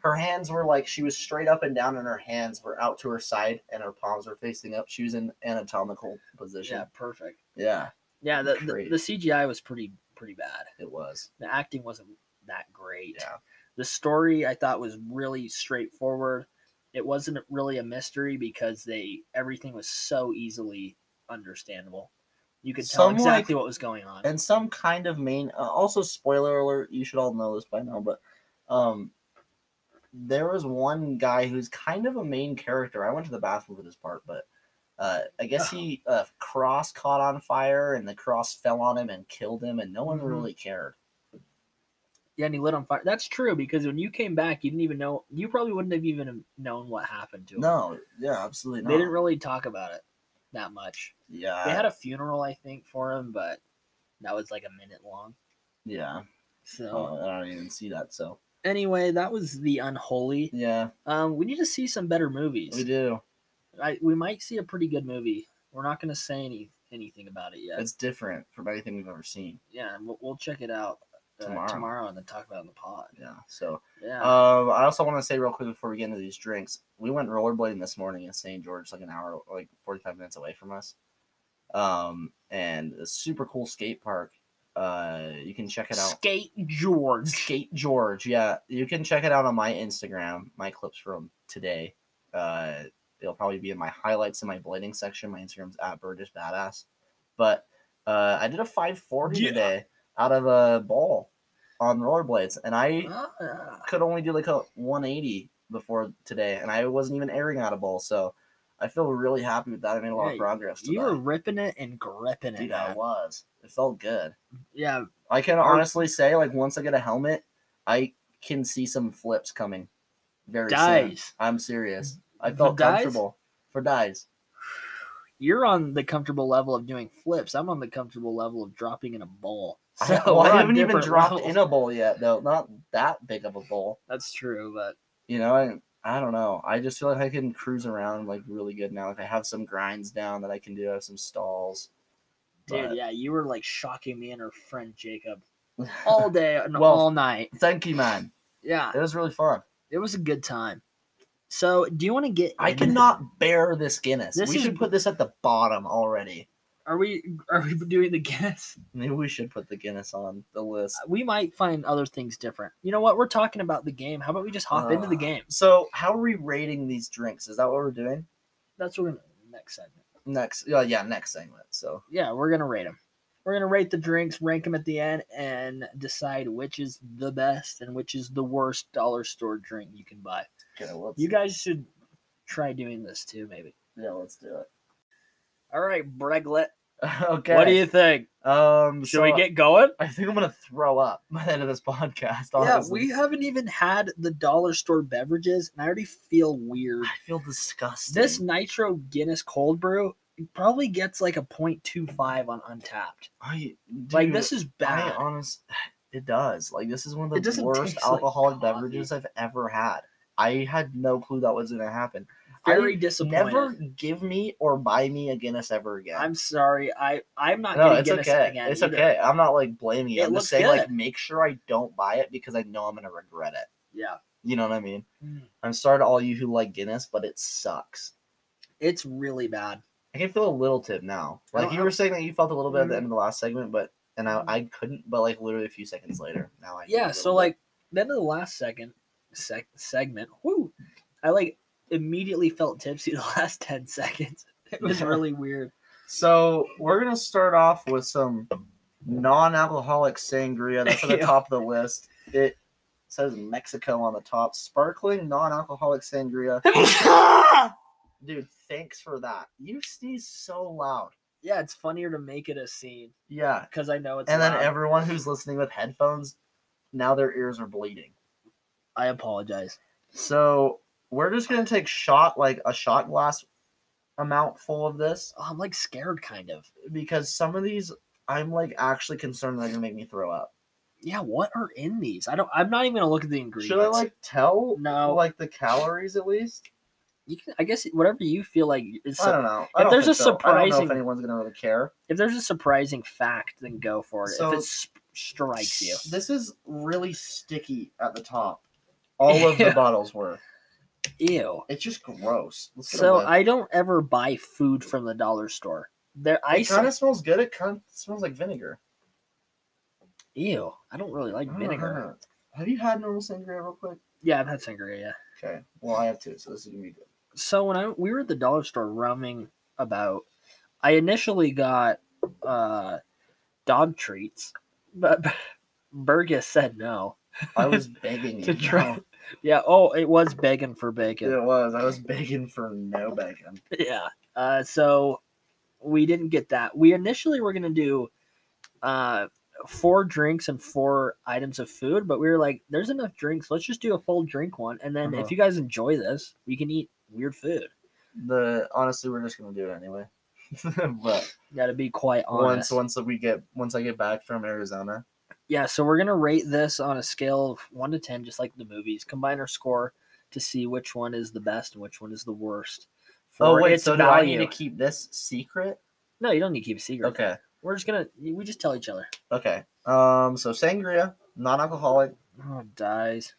Speaker 1: Her hands were like she was straight up and down and her hands were out to her side and her palms were facing up. She was in anatomical position.
Speaker 2: Yeah, perfect.
Speaker 1: Yeah,
Speaker 2: Yeah, the, the
Speaker 1: Great.
Speaker 2: the CGI was pretty pretty bad.
Speaker 1: it was.
Speaker 2: The acting wasn't that great.
Speaker 1: Yeah.
Speaker 2: The story I thought was really straightforward. It wasn't really a mystery because they everything was so easily understandable. You could tell
Speaker 1: Some, like-
Speaker 2: exactly what was going on.
Speaker 1: and some kind of main uh, also spoiler alert you should all know this by now but um there was one guy who's kind of a main character i went to the bathroom for this part but uh, i
Speaker 2: Ah.
Speaker 1: guess he uh, cross caught on fire and the cross fell on him and killed him and no one
Speaker 2: Mhm.
Speaker 1: really cared
Speaker 2: Yeah, and he lit on fire. That's true because when you came back, you didn't even know. You probably wouldn't have even known what happened to him.
Speaker 1: no yeah absolutely not
Speaker 2: they didn't really talk about it that much.
Speaker 1: yeah
Speaker 2: They had a funeral, I think, for him, but that was like a minute long.
Speaker 1: yeah
Speaker 2: So
Speaker 1: oh, i don't even see that so
Speaker 2: anyway, that was the unholy.
Speaker 1: yeah
Speaker 2: Um, we need to see some better movies.
Speaker 1: we do
Speaker 2: I, we might see a pretty good movie. We're not going to say any anything about it yet.
Speaker 1: it's different from anything we've ever seen
Speaker 2: yeah, and we'll, we'll check it out uh,
Speaker 1: Tomorrow.
Speaker 2: tomorrow. and then talk about it in the pod.
Speaker 1: yeah so
Speaker 2: Yeah,
Speaker 1: Um, I also want to say real quick before we get into these drinks, we went rollerblading this morning in St. George, like an hour, like forty-five minutes away from us. Um, and a super cool skate park. Uh, you can check it out.
Speaker 2: Skate George.
Speaker 1: Skate George, yeah, you can check it out on my Instagram. My clips from today. Uh, it'll probably be in my highlights in my blading section. My Instagram's at Burgess Badass. But uh, I did a five forty
Speaker 2: Yeah.
Speaker 1: today out of a ball on rollerblades, and I
Speaker 2: Ah.
Speaker 1: could only do like a 180 before today, and I wasn't even airing out a bowl. So I feel really happy with that. I made a lot
Speaker 2: Yeah,
Speaker 1: of progress.
Speaker 2: you
Speaker 1: today.
Speaker 2: were ripping it and gripping it.
Speaker 1: dude. I
Speaker 2: man.
Speaker 1: was. It felt good.
Speaker 2: yeah,
Speaker 1: I can
Speaker 2: Are-
Speaker 1: honestly say, like, once I get a helmet, I can see some flips coming. Very soon.
Speaker 2: guys,
Speaker 1: I'm serious. I
Speaker 2: For
Speaker 1: felt
Speaker 2: dies?
Speaker 1: comfortable for dies.
Speaker 2: you're on the comfortable level of doing flips. I'm on the comfortable level of dropping in a bowl.
Speaker 1: I,
Speaker 2: So
Speaker 1: well, I
Speaker 2: we're on
Speaker 1: haven't even
Speaker 2: different
Speaker 1: dropped
Speaker 2: levels.
Speaker 1: in a bowl yet, though. Not that big of a bowl,
Speaker 2: That's true, but
Speaker 1: you know. And I don't know. I just feel like I can cruise around like really good now. Like I have some grinds down that I can do. I have some stalls.
Speaker 2: dude,
Speaker 1: But-
Speaker 2: yeah, you were like shocking me and our friend Jacob all day and
Speaker 1: Well-
Speaker 2: all night.
Speaker 1: Thank you, man.
Speaker 2: Yeah,
Speaker 1: It was really fun.
Speaker 2: it was a good time. So, do you want to get?
Speaker 1: I
Speaker 2: into-
Speaker 1: cannot bear this Guinness.
Speaker 2: This
Speaker 1: we
Speaker 2: is-
Speaker 1: should put this at the bottom already.
Speaker 2: Are we? Are we doing the guess?
Speaker 1: Maybe we should put the Guinness on the list.
Speaker 2: We might find other things different. You know what? We're talking about the game. How about we just hop into the
Speaker 1: Uh,
Speaker 2: game?
Speaker 1: So, how are we rating these drinks? Is that what we're doing?
Speaker 2: That's what we're gonna next segment.
Speaker 1: Next, yeah, yeah, next segment. So,
Speaker 2: yeah, we're gonna rate them. We're gonna rate the drinks, rank them at the end, and decide which is the best and which is the worst dollar store drink you can buy.
Speaker 1: okay, let's,
Speaker 2: You guys should try doing this too, maybe.
Speaker 1: yeah, let's do it.
Speaker 2: All right, Breglet,
Speaker 1: okay.
Speaker 2: what do you think?
Speaker 1: Um,
Speaker 2: Should
Speaker 1: so
Speaker 2: we get going?
Speaker 1: I think I'm gonna throw up by the end of this podcast.
Speaker 2: Yeah,
Speaker 1: Honestly.
Speaker 2: we haven't even had the dollar store beverages, and I already feel weird.
Speaker 1: I feel disgusting.
Speaker 2: This Nitro Guinness Cold Brew probably gets like a 0.25 on Untapped.
Speaker 1: I, dude,
Speaker 2: like this is
Speaker 1: I
Speaker 2: bad.
Speaker 1: honest, it does. Like this is one
Speaker 2: It
Speaker 1: of the
Speaker 2: doesn't
Speaker 1: worst
Speaker 2: taste like
Speaker 1: alcoholic
Speaker 2: coffee.
Speaker 1: beverages I've ever had. I had no clue that was gonna happen.
Speaker 2: Very
Speaker 1: I
Speaker 2: disappointing.
Speaker 1: Never give me or buy me a Guinness ever again.
Speaker 2: I'm sorry. I I'm not
Speaker 1: no,
Speaker 2: gonna
Speaker 1: it's
Speaker 2: get us
Speaker 1: okay.
Speaker 2: again.
Speaker 1: It's
Speaker 2: either.
Speaker 1: okay. I'm not like blaming you.
Speaker 2: It
Speaker 1: I'm
Speaker 2: looks
Speaker 1: just saying like
Speaker 2: good.
Speaker 1: make sure I don't buy it because I know I'm gonna regret it.
Speaker 2: Yeah,
Speaker 1: You know what I mean? I'm sorry to all you who like Guinness, but it sucks.
Speaker 2: it's really bad.
Speaker 1: I can feel a little tip now.
Speaker 2: I
Speaker 1: Like
Speaker 2: don't
Speaker 1: you
Speaker 2: have-
Speaker 1: were saying that you felt a little bit at the
Speaker 2: Mhm.
Speaker 1: end of the last segment, but and I, I couldn't, but like literally a few seconds later, now I feel a
Speaker 2: Mm-hmm. Yeah.
Speaker 1: little
Speaker 2: So
Speaker 1: bit.
Speaker 2: like the end of the last second sec- segment. Whoo! I like immediately felt tipsy the last ten seconds. It was really weird.
Speaker 1: So we're gonna start off with some non-alcoholic sangria. That's at the
Speaker 2: Yeah.
Speaker 1: top of the list. It says Mexico on the top. Sparkling non-alcoholic sangria.
Speaker 2: yeah,
Speaker 1: Dude, thanks for that. You sneeze so loud.
Speaker 2: it's funnier to make it a scene
Speaker 1: Yeah.
Speaker 2: because I know it's.
Speaker 1: And then
Speaker 2: loud.
Speaker 1: everyone who's listening with headphones, now their ears are bleeding.
Speaker 2: I apologize.
Speaker 1: So We're just gonna take shot like a shot glass amount full of this
Speaker 2: Oh, I'm like scared, kind of.
Speaker 1: because some of these I'm like actually concerned they're gonna make me throw up.
Speaker 2: Yeah, what are in these? I don't. I'm not even gonna look at the ingredients.
Speaker 1: Should I like tell
Speaker 2: No.
Speaker 1: like the calories at least?
Speaker 2: You can. I guess whatever you feel like. Is
Speaker 1: I don't know. I
Speaker 2: if
Speaker 1: don't
Speaker 2: there's
Speaker 1: think
Speaker 2: a
Speaker 1: so. I don't know
Speaker 2: surprising-
Speaker 1: if anyone's gonna really care.
Speaker 2: if there's a surprising fact, then go for it.
Speaker 1: So-
Speaker 2: if it sp- strikes you,
Speaker 1: This is really sticky at the top. All of the
Speaker 2: Ew.
Speaker 1: bottles were.
Speaker 2: ew.
Speaker 1: It's just gross. Let's get
Speaker 2: So
Speaker 1: away.
Speaker 2: I don't ever buy food from the dollar store. Their
Speaker 1: it
Speaker 2: ice,
Speaker 1: kind of smells good. It kind of smells like vinegar.
Speaker 2: ew. I don't really like vinegar.
Speaker 1: Uh, Have you had normal sangria real quick?
Speaker 2: Yeah, I've had sangria. Yeah.
Speaker 1: Okay. Well, I have two, so this is gonna be good.
Speaker 2: So when I we were at the dollar store roaming about, I initially got uh, dog treats, but Burgess said no.
Speaker 1: I was begging you.
Speaker 2: To try-
Speaker 1: no.
Speaker 2: Yeah. Oh, it was begging for bacon.
Speaker 1: It was. I was begging for no bacon.
Speaker 2: Yeah. Uh, so we didn't get that. We initially were gonna do uh, four drinks and four items of food, but we were like, "There's enough drinks. Let's just do a full drink one, and then
Speaker 1: Uh-huh.
Speaker 2: if you guys enjoy this, we can eat weird food."
Speaker 1: The honestly, we're just gonna do it anyway. but
Speaker 2: Gotta be quite honest.
Speaker 1: once once we get once I get back from Arizona,
Speaker 2: Yeah. So we're gonna rate this on a scale of one to ten, just like the movies. Combine our score to see which one is the best and which one is the worst.
Speaker 1: Oh
Speaker 2: for
Speaker 1: wait,
Speaker 2: its
Speaker 1: so do I need
Speaker 2: value.
Speaker 1: to keep this secret?
Speaker 2: No, you don't need to keep a secret.
Speaker 1: Okay.
Speaker 2: We're just gonna we just tell each other.
Speaker 1: Okay. Um so sangria, non-alcoholic,
Speaker 2: Oh, it dies.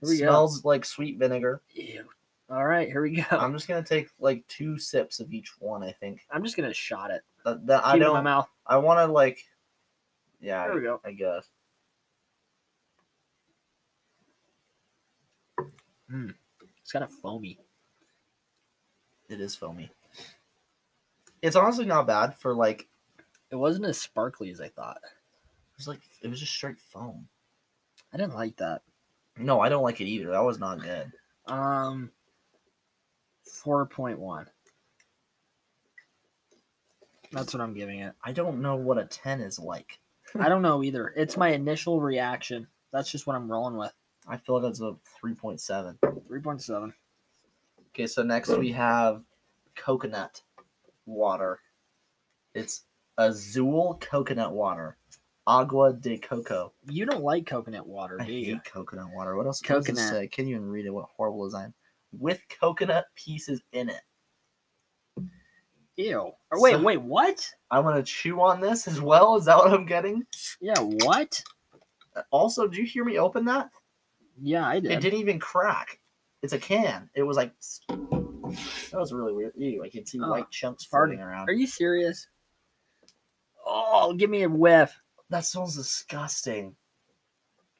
Speaker 2: Here we go.
Speaker 1: smells like sweet vinegar.
Speaker 2: Ew. All right, here we go. I'm,
Speaker 1: I'm just going to take like two sips of each one, I think.
Speaker 2: just gonna shot it.
Speaker 1: That, that I
Speaker 2: Keep it in my
Speaker 1: don't
Speaker 2: mouth.
Speaker 1: I want to like yeah,
Speaker 2: There we go.
Speaker 1: I guess.
Speaker 2: It's kind of foamy.
Speaker 1: It is foamy. It's honestly not bad for like it
Speaker 2: It wasn't as sparkly as I thought.
Speaker 1: was like it was just straight foam.
Speaker 2: I didn't like that.
Speaker 1: No, I don't like it either. That was not good.
Speaker 2: Um, four point one. That's what I'm giving it.
Speaker 1: I don't know what a 10 is like.
Speaker 2: I don't know either. It's my initial reaction. That's just what I'm rolling with.
Speaker 1: I feel like that's a 3.7.
Speaker 2: Three point seven.
Speaker 1: Okay, so next we have coconut water. It's Azul coconut water. Agua de coco.
Speaker 2: You don't like coconut water,
Speaker 1: I
Speaker 2: do you?
Speaker 1: hate coconut water. What else what does this
Speaker 2: Coconut.
Speaker 1: say? Can you even read it? What horrible design. With coconut pieces in it.
Speaker 2: Ew. Or wait,
Speaker 1: So-
Speaker 2: wait, what?
Speaker 1: I'm gonna chew on this as well. Is that what I'm getting?
Speaker 2: Yeah, what?
Speaker 1: Also, did you hear me open that?
Speaker 2: Yeah, I did.
Speaker 1: It didn't even crack. It's a can. It was like that was really weird. Ew, I can see
Speaker 2: Oh,
Speaker 1: white chunks
Speaker 2: farting.
Speaker 1: floating around.
Speaker 2: Are you serious? Oh, give me a whiff.
Speaker 1: That smells disgusting.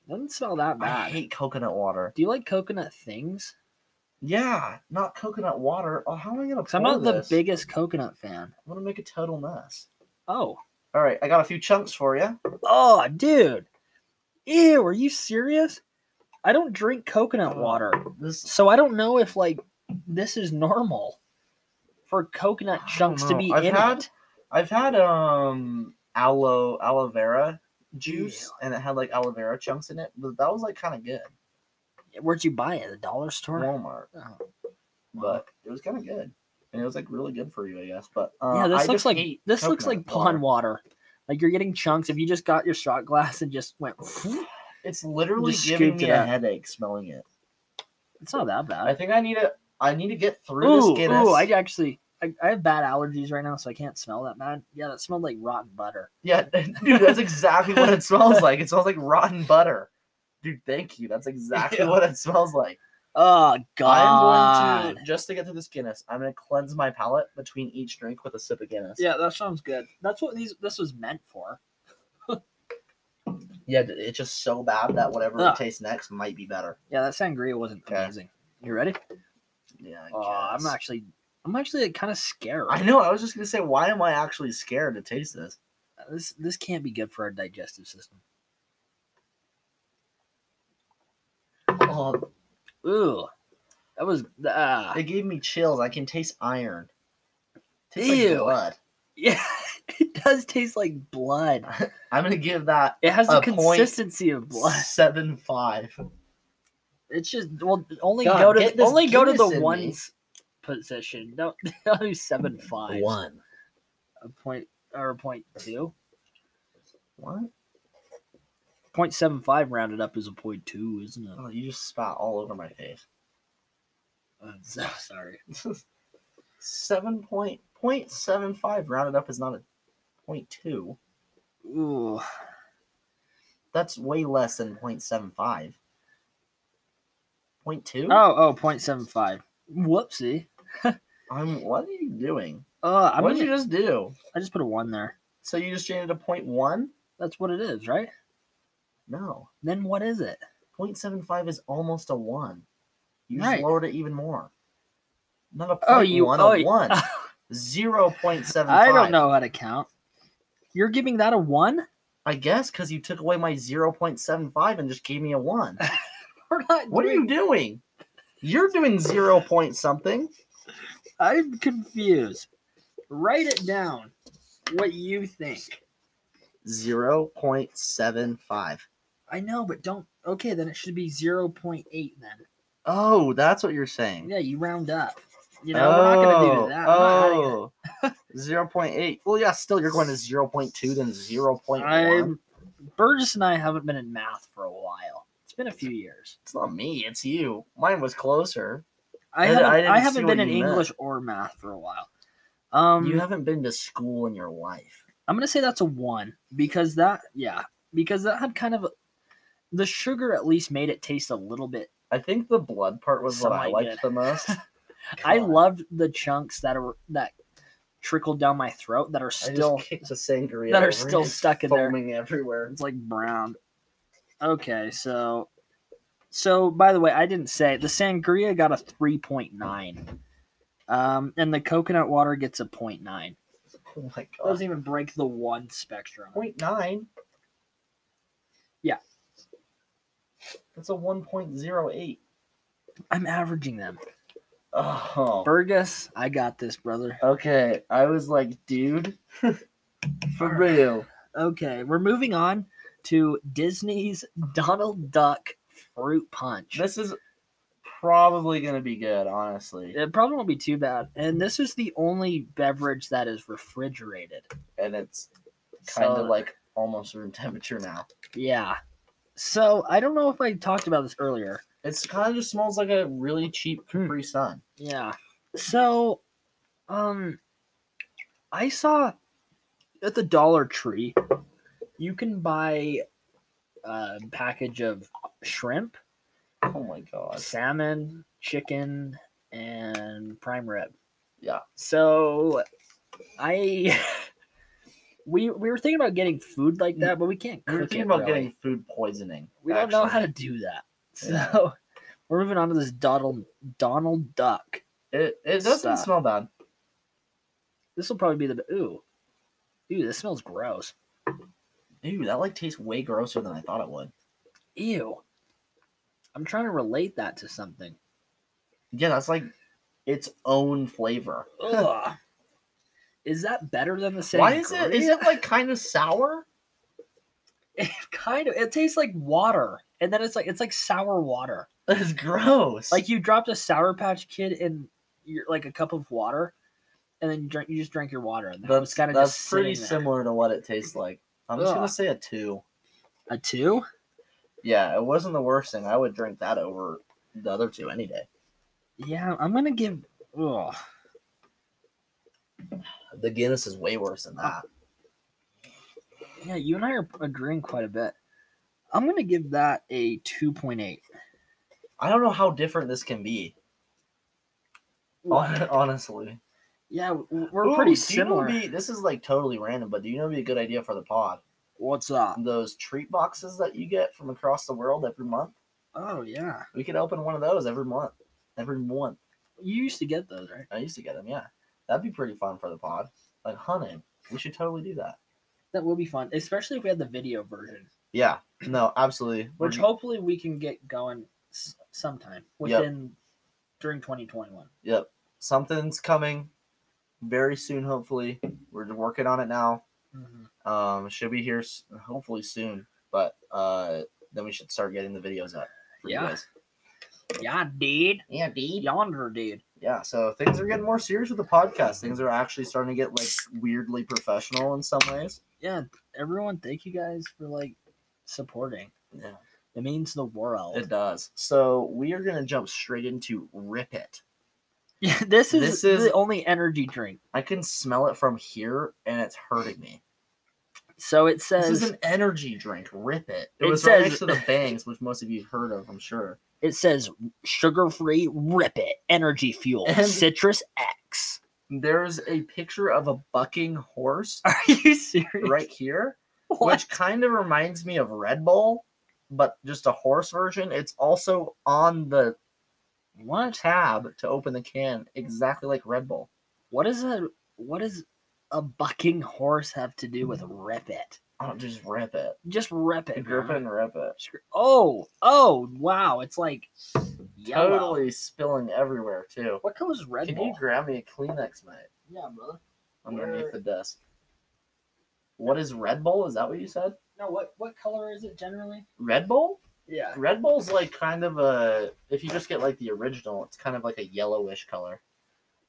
Speaker 2: Doesn't smell that
Speaker 1: I
Speaker 2: bad.
Speaker 1: hate coconut water.
Speaker 2: Do you like coconut things?
Speaker 1: Yeah, not coconut water. Oh, how am I gonna?
Speaker 2: 'Cause I'm
Speaker 1: pour
Speaker 2: not the
Speaker 1: this?
Speaker 2: biggest coconut fan.
Speaker 1: I'm gonna make a total mess.
Speaker 2: Oh,
Speaker 1: All right, I got a few chunks for you.
Speaker 2: oh, dude. Ew, are you serious? I don't drink coconut water,
Speaker 1: This
Speaker 2: so I don't know if like this is normal for coconut
Speaker 1: I don't
Speaker 2: chunks to
Speaker 1: know.
Speaker 2: be
Speaker 1: I've
Speaker 2: in
Speaker 1: had
Speaker 2: it.
Speaker 1: I've had um aloe aloe vera juice, and it had like aloe vera chunks in it, but that was like kind of good.
Speaker 2: Where'd you buy it? At The dollar store?
Speaker 1: Walmart,
Speaker 2: Oh.
Speaker 1: but it was kind of good, and it was like really good for you, I guess. But uh,
Speaker 2: yeah,
Speaker 1: I
Speaker 2: this looks
Speaker 1: just
Speaker 2: like
Speaker 1: hate
Speaker 2: this looks
Speaker 1: coconut
Speaker 2: like pond
Speaker 1: water.
Speaker 2: water. Like you're getting chunks if you just got your shot glass and just went.
Speaker 1: It's literally
Speaker 2: Just
Speaker 1: giving
Speaker 2: scooped
Speaker 1: me
Speaker 2: it
Speaker 1: a
Speaker 2: up.
Speaker 1: headache smelling it.
Speaker 2: It's not that bad.
Speaker 1: I think I need to I need to get through
Speaker 2: Ooh,
Speaker 1: this Guinness.
Speaker 2: ooh, I actually, I, I have bad allergies right now, so I can't smell that bad. Yeah, that smelled like rotten butter.
Speaker 1: Yeah, dude, that's exactly what it smells like. It smells like rotten butter. Dude, thank you. That's exactly
Speaker 2: Yeah.
Speaker 1: what it smells like.
Speaker 2: Oh
Speaker 1: I'm
Speaker 2: god.
Speaker 1: going to just to get through this Guinness. I'm going to cleanse my palate between each drink with a sip of Guinness.
Speaker 2: Yeah, that sounds good. That's what these this was meant for.
Speaker 1: yeah. d- It's just so bad that whatever
Speaker 2: Ugh.
Speaker 1: it tastes next might be better.
Speaker 2: Yeah, that sangria wasn't
Speaker 1: Okay.
Speaker 2: amazing. You ready?
Speaker 1: Yeah, I
Speaker 2: Aw, I'm
Speaker 1: guess.
Speaker 2: actually, I'm actually kind of scared.
Speaker 1: I know. I was just going to say, why am I actually scared to taste this?
Speaker 2: This this can't be good for our digestive system. Um,
Speaker 1: Oh,
Speaker 2: Ooh, that was ah
Speaker 1: it gave me chills. I can taste iron. Tastes
Speaker 2: Ew.
Speaker 1: like blood.
Speaker 2: yeah. It does taste like blood.
Speaker 1: I'm going to give that
Speaker 2: It has the
Speaker 1: A point
Speaker 2: consistency of blood.
Speaker 1: seven five.
Speaker 2: It's just well, only
Speaker 3: God,
Speaker 2: go to
Speaker 1: get
Speaker 2: the,
Speaker 1: this
Speaker 2: only go to
Speaker 1: Guinness
Speaker 2: the
Speaker 1: in
Speaker 2: ones position. Don't don't do seven five.
Speaker 3: One.
Speaker 2: A point or a point two.
Speaker 1: What?
Speaker 2: Point seven five rounded up is a point two, isn't it?
Speaker 1: Oh, you just spat all over my face.
Speaker 2: I'm Uh, so sorry.
Speaker 1: Seven point point seven five rounded up is not a point two.
Speaker 2: Ooh,
Speaker 1: That's way less than point seven five. Point two?
Speaker 2: Oh, oh, 0.75. Whoopsie.
Speaker 1: I'm what are you doing?
Speaker 2: Uh, I'm
Speaker 1: what
Speaker 2: gonna,
Speaker 1: did you just do?
Speaker 2: I just put a one there.
Speaker 1: So you just changed it to point one?
Speaker 2: That's what it is, right?
Speaker 1: No.
Speaker 2: Then what is it?
Speaker 1: Point seven five is almost a one. You
Speaker 2: Right.
Speaker 1: just lowered it even more. Not a point
Speaker 2: Oh, you-
Speaker 1: one,
Speaker 2: oh,
Speaker 1: a
Speaker 2: you-
Speaker 1: one. Zero point seven
Speaker 2: I
Speaker 1: five.
Speaker 2: don't know how to count. You're giving that a one?
Speaker 1: I guess because you took away my zero point seven five and just gave me a one.
Speaker 2: We're not
Speaker 1: What are you
Speaker 2: doing-
Speaker 1: doing? You're doing zero point something.
Speaker 2: I'm confused. Write it down. What you think?
Speaker 1: Zero point seven five.
Speaker 2: I know, but don't. Okay, then it should be 0.8 then.
Speaker 1: Oh, that's what you're saying.
Speaker 2: Yeah, you round up. You know, we're not going to do that. I'm not having it.
Speaker 1: Oh, zero point eight. Well, yeah, still you're going to zero point two, then zero point one.
Speaker 2: I'm, Burgess and I haven't been in math for a while. It's been a few years.
Speaker 1: It's not me. It's you. Mine was closer.
Speaker 2: I
Speaker 1: I d-
Speaker 2: haven't,
Speaker 1: I
Speaker 2: I
Speaker 1: didn't see
Speaker 2: haven't
Speaker 1: what
Speaker 2: been in
Speaker 1: you meant.
Speaker 2: English or math for a while. Um,
Speaker 1: you haven't been to school in your life.
Speaker 2: I'm gonna say that's a one because that, yeah, because that had kind of a, the sugar at least made it taste a little bit.
Speaker 1: I think the blood part was what I
Speaker 2: Semi
Speaker 1: liked
Speaker 2: good.
Speaker 1: the most.
Speaker 2: I
Speaker 1: God,
Speaker 2: loved the chunks that are that trickled down my throat that are
Speaker 1: I just
Speaker 2: still
Speaker 1: kicked the sangria
Speaker 2: that are
Speaker 1: over
Speaker 2: still
Speaker 1: and
Speaker 2: stuck in there.
Speaker 1: foaming everywhere.
Speaker 2: It's like brown. Okay, so so by the way, I didn't say the sangria got a three point nine, um, and the coconut water gets a point nine.
Speaker 1: Oh my god.
Speaker 2: Doesn't even break the one spectrum.
Speaker 1: Point nine.
Speaker 2: Yeah.
Speaker 1: That's a one point zero eight.
Speaker 2: I'm averaging them.
Speaker 1: Oh.
Speaker 2: Burgess, I got this, brother.
Speaker 1: Okay, I was like, dude, for real.
Speaker 2: Okay, we're moving on to Disney's Donald Duck Fruit Punch.
Speaker 1: This is probably gonna be good, honestly.
Speaker 2: It probably won't be too bad. And this is the only beverage that is refrigerated.
Speaker 1: And it's kind
Speaker 2: So,
Speaker 1: of like almost room temperature now.
Speaker 2: Yeah. So I don't know if I talked about this earlier.
Speaker 1: It's kind of just smells like a really cheap Capri Sun.
Speaker 2: Yeah. So, um, I saw at the Dollar Tree, you can buy a package of shrimp
Speaker 1: Oh my god.
Speaker 2: salmon, chicken, and prime rib.
Speaker 1: Yeah.
Speaker 2: So I we we were thinking about getting food like that, but we can't
Speaker 1: We
Speaker 2: cook
Speaker 1: We're thinking
Speaker 2: it,
Speaker 1: about
Speaker 2: really.
Speaker 1: getting food poisoning.
Speaker 2: we don't know
Speaker 1: actually.
Speaker 2: how to do that. So
Speaker 1: Yeah.
Speaker 2: we're moving on to this Donald Donald Duck.
Speaker 1: It, it doesn't
Speaker 2: Stop.
Speaker 1: smell bad.
Speaker 2: This will probably be the ooh. Ew, this smells gross.
Speaker 1: Ew, that like tastes way grosser than I thought it would.
Speaker 2: Ew. I'm trying to relate that to something.
Speaker 1: Yeah, that's like its own flavor.
Speaker 2: Ugh. is that better than the same?
Speaker 1: Why is it? Is it like kind of sour?
Speaker 2: It kind of it tastes like water. And then it's like it's like sour water.
Speaker 1: That's gross.
Speaker 2: Like you dropped a sour patch kid in your like a cup of water and then you drink you just drank your water and that
Speaker 1: that's
Speaker 2: was kind of
Speaker 1: that's
Speaker 2: just
Speaker 1: pretty
Speaker 2: sitting there.
Speaker 1: similar to what it tastes like. I'm just gonna
Speaker 2: Ugh.
Speaker 1: say a two.
Speaker 2: A two?
Speaker 1: Yeah, it wasn't the worst thing. I would drink that over the other two any day.
Speaker 2: Yeah, I'm gonna give oh
Speaker 1: The Guinness is way worse than that.
Speaker 2: yeah, you and I are agreeing quite a bit. I'm gonna give that a two point eight.
Speaker 1: I don't know how different this can be. hon- Honestly,
Speaker 2: Yeah, w- we're
Speaker 1: Ooh,
Speaker 2: pretty
Speaker 1: do you know
Speaker 2: similar.
Speaker 1: what'd be- this is like totally random, but do you know it'd be a good idea for the pod?
Speaker 2: What's up?
Speaker 1: Those treat boxes that you get from across the world every month.
Speaker 2: Oh yeah.
Speaker 1: We could open one of those every month. Every month.
Speaker 2: You used to get those, right?
Speaker 1: I used to get them. Yeah, that'd be pretty fun for the pod. Like hunting, we should totally do that.
Speaker 2: That will be fun, especially if we had the video version.
Speaker 1: Yeah, no, absolutely.
Speaker 2: which
Speaker 1: We're-
Speaker 2: hopefully we can get going s- sometime
Speaker 1: Mm-hmm. Yep.
Speaker 2: within during 2021.
Speaker 1: yep, something's coming very soon. Hopefully, we're working on it now. Um, should be here s- hopefully soon. But uh, then we should start getting the videos up. For
Speaker 2: Yeah.
Speaker 1: You guys.
Speaker 2: Yeah, dude.
Speaker 1: Yeah, dude.
Speaker 2: Yonder, dude.
Speaker 1: Yeah, so things are getting more serious with the podcast. Things are actually starting to get like weirdly professional in some ways.
Speaker 2: Yeah, everyone, thank you guys for like supporting.
Speaker 1: Yeah.
Speaker 2: It means the world.
Speaker 1: It does. So we are gonna jump straight into Rip It.
Speaker 2: Yeah, this is
Speaker 1: This is-
Speaker 2: the only energy drink.
Speaker 1: I can smell it from here and it's hurting me.
Speaker 2: So it says
Speaker 1: This is an energy drink. Rip it. It,
Speaker 2: It
Speaker 1: was right
Speaker 2: says-
Speaker 1: next to the bangs, which most of you have heard of, I'm sure.
Speaker 2: it says sugar free, rip it, energy fuel,
Speaker 1: And-
Speaker 2: citrus X.
Speaker 1: There's a picture of a bucking horse
Speaker 2: Are you serious?
Speaker 1: right here,
Speaker 2: What?
Speaker 1: which kind of reminds me of Red Bull, but just a horse version. It's also on the
Speaker 2: What?
Speaker 1: tab to open the can, exactly like Red Bull.
Speaker 2: What is a what does a bucking horse have to do with rip it?
Speaker 1: Oh, just rip it.
Speaker 2: Just rip it.
Speaker 1: Grip it
Speaker 2: man.
Speaker 1: and rip it.
Speaker 2: Screw- Oh, oh, wow! It's like yellow.
Speaker 1: Totally spilling everywhere too.
Speaker 2: What color is Red
Speaker 1: Can
Speaker 2: Bull?
Speaker 1: you grab me a Kleenex, mate?
Speaker 2: yeah, brother.
Speaker 1: Underneath
Speaker 2: Where-
Speaker 1: the desk. What is Red Bull? Is that what you said?
Speaker 2: No, what what color is it generally?
Speaker 1: Red Bull?
Speaker 2: Yeah.
Speaker 1: Red Bull's like kind of a if you just get like the original, it's kind of like a yellowish color.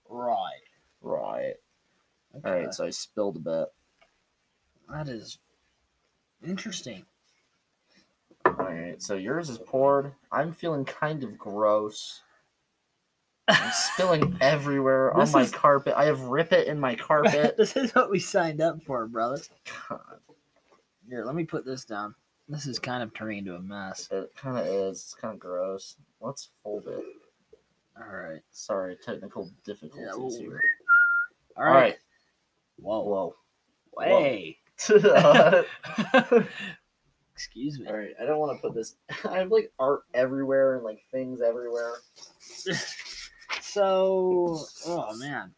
Speaker 2: Right.
Speaker 1: Right. All
Speaker 2: Okay.
Speaker 1: right, so I spilled a bit.
Speaker 2: That is interesting.
Speaker 1: All right, so yours is poured. I'm feeling kind of gross. I'm spilling everywhere on
Speaker 2: This
Speaker 1: my
Speaker 2: is-
Speaker 1: carpet. I have rip it in my carpet.
Speaker 2: this is what we signed up for, brother.
Speaker 1: God,
Speaker 2: Here, let me put this down. This is kind of turning into a mess.
Speaker 1: it kind of is. It's kind of gross. Let's fold it.
Speaker 2: All right.
Speaker 1: Sorry, technical difficulties
Speaker 2: we'll-
Speaker 1: here.
Speaker 2: All
Speaker 1: All
Speaker 2: right.
Speaker 1: right.
Speaker 2: Whoa.
Speaker 1: Whoa.
Speaker 2: Way.
Speaker 1: All
Speaker 2: Excuse me.
Speaker 1: right, I don't want to put this. I have like art everywhere and like things everywhere.
Speaker 2: So, oh man,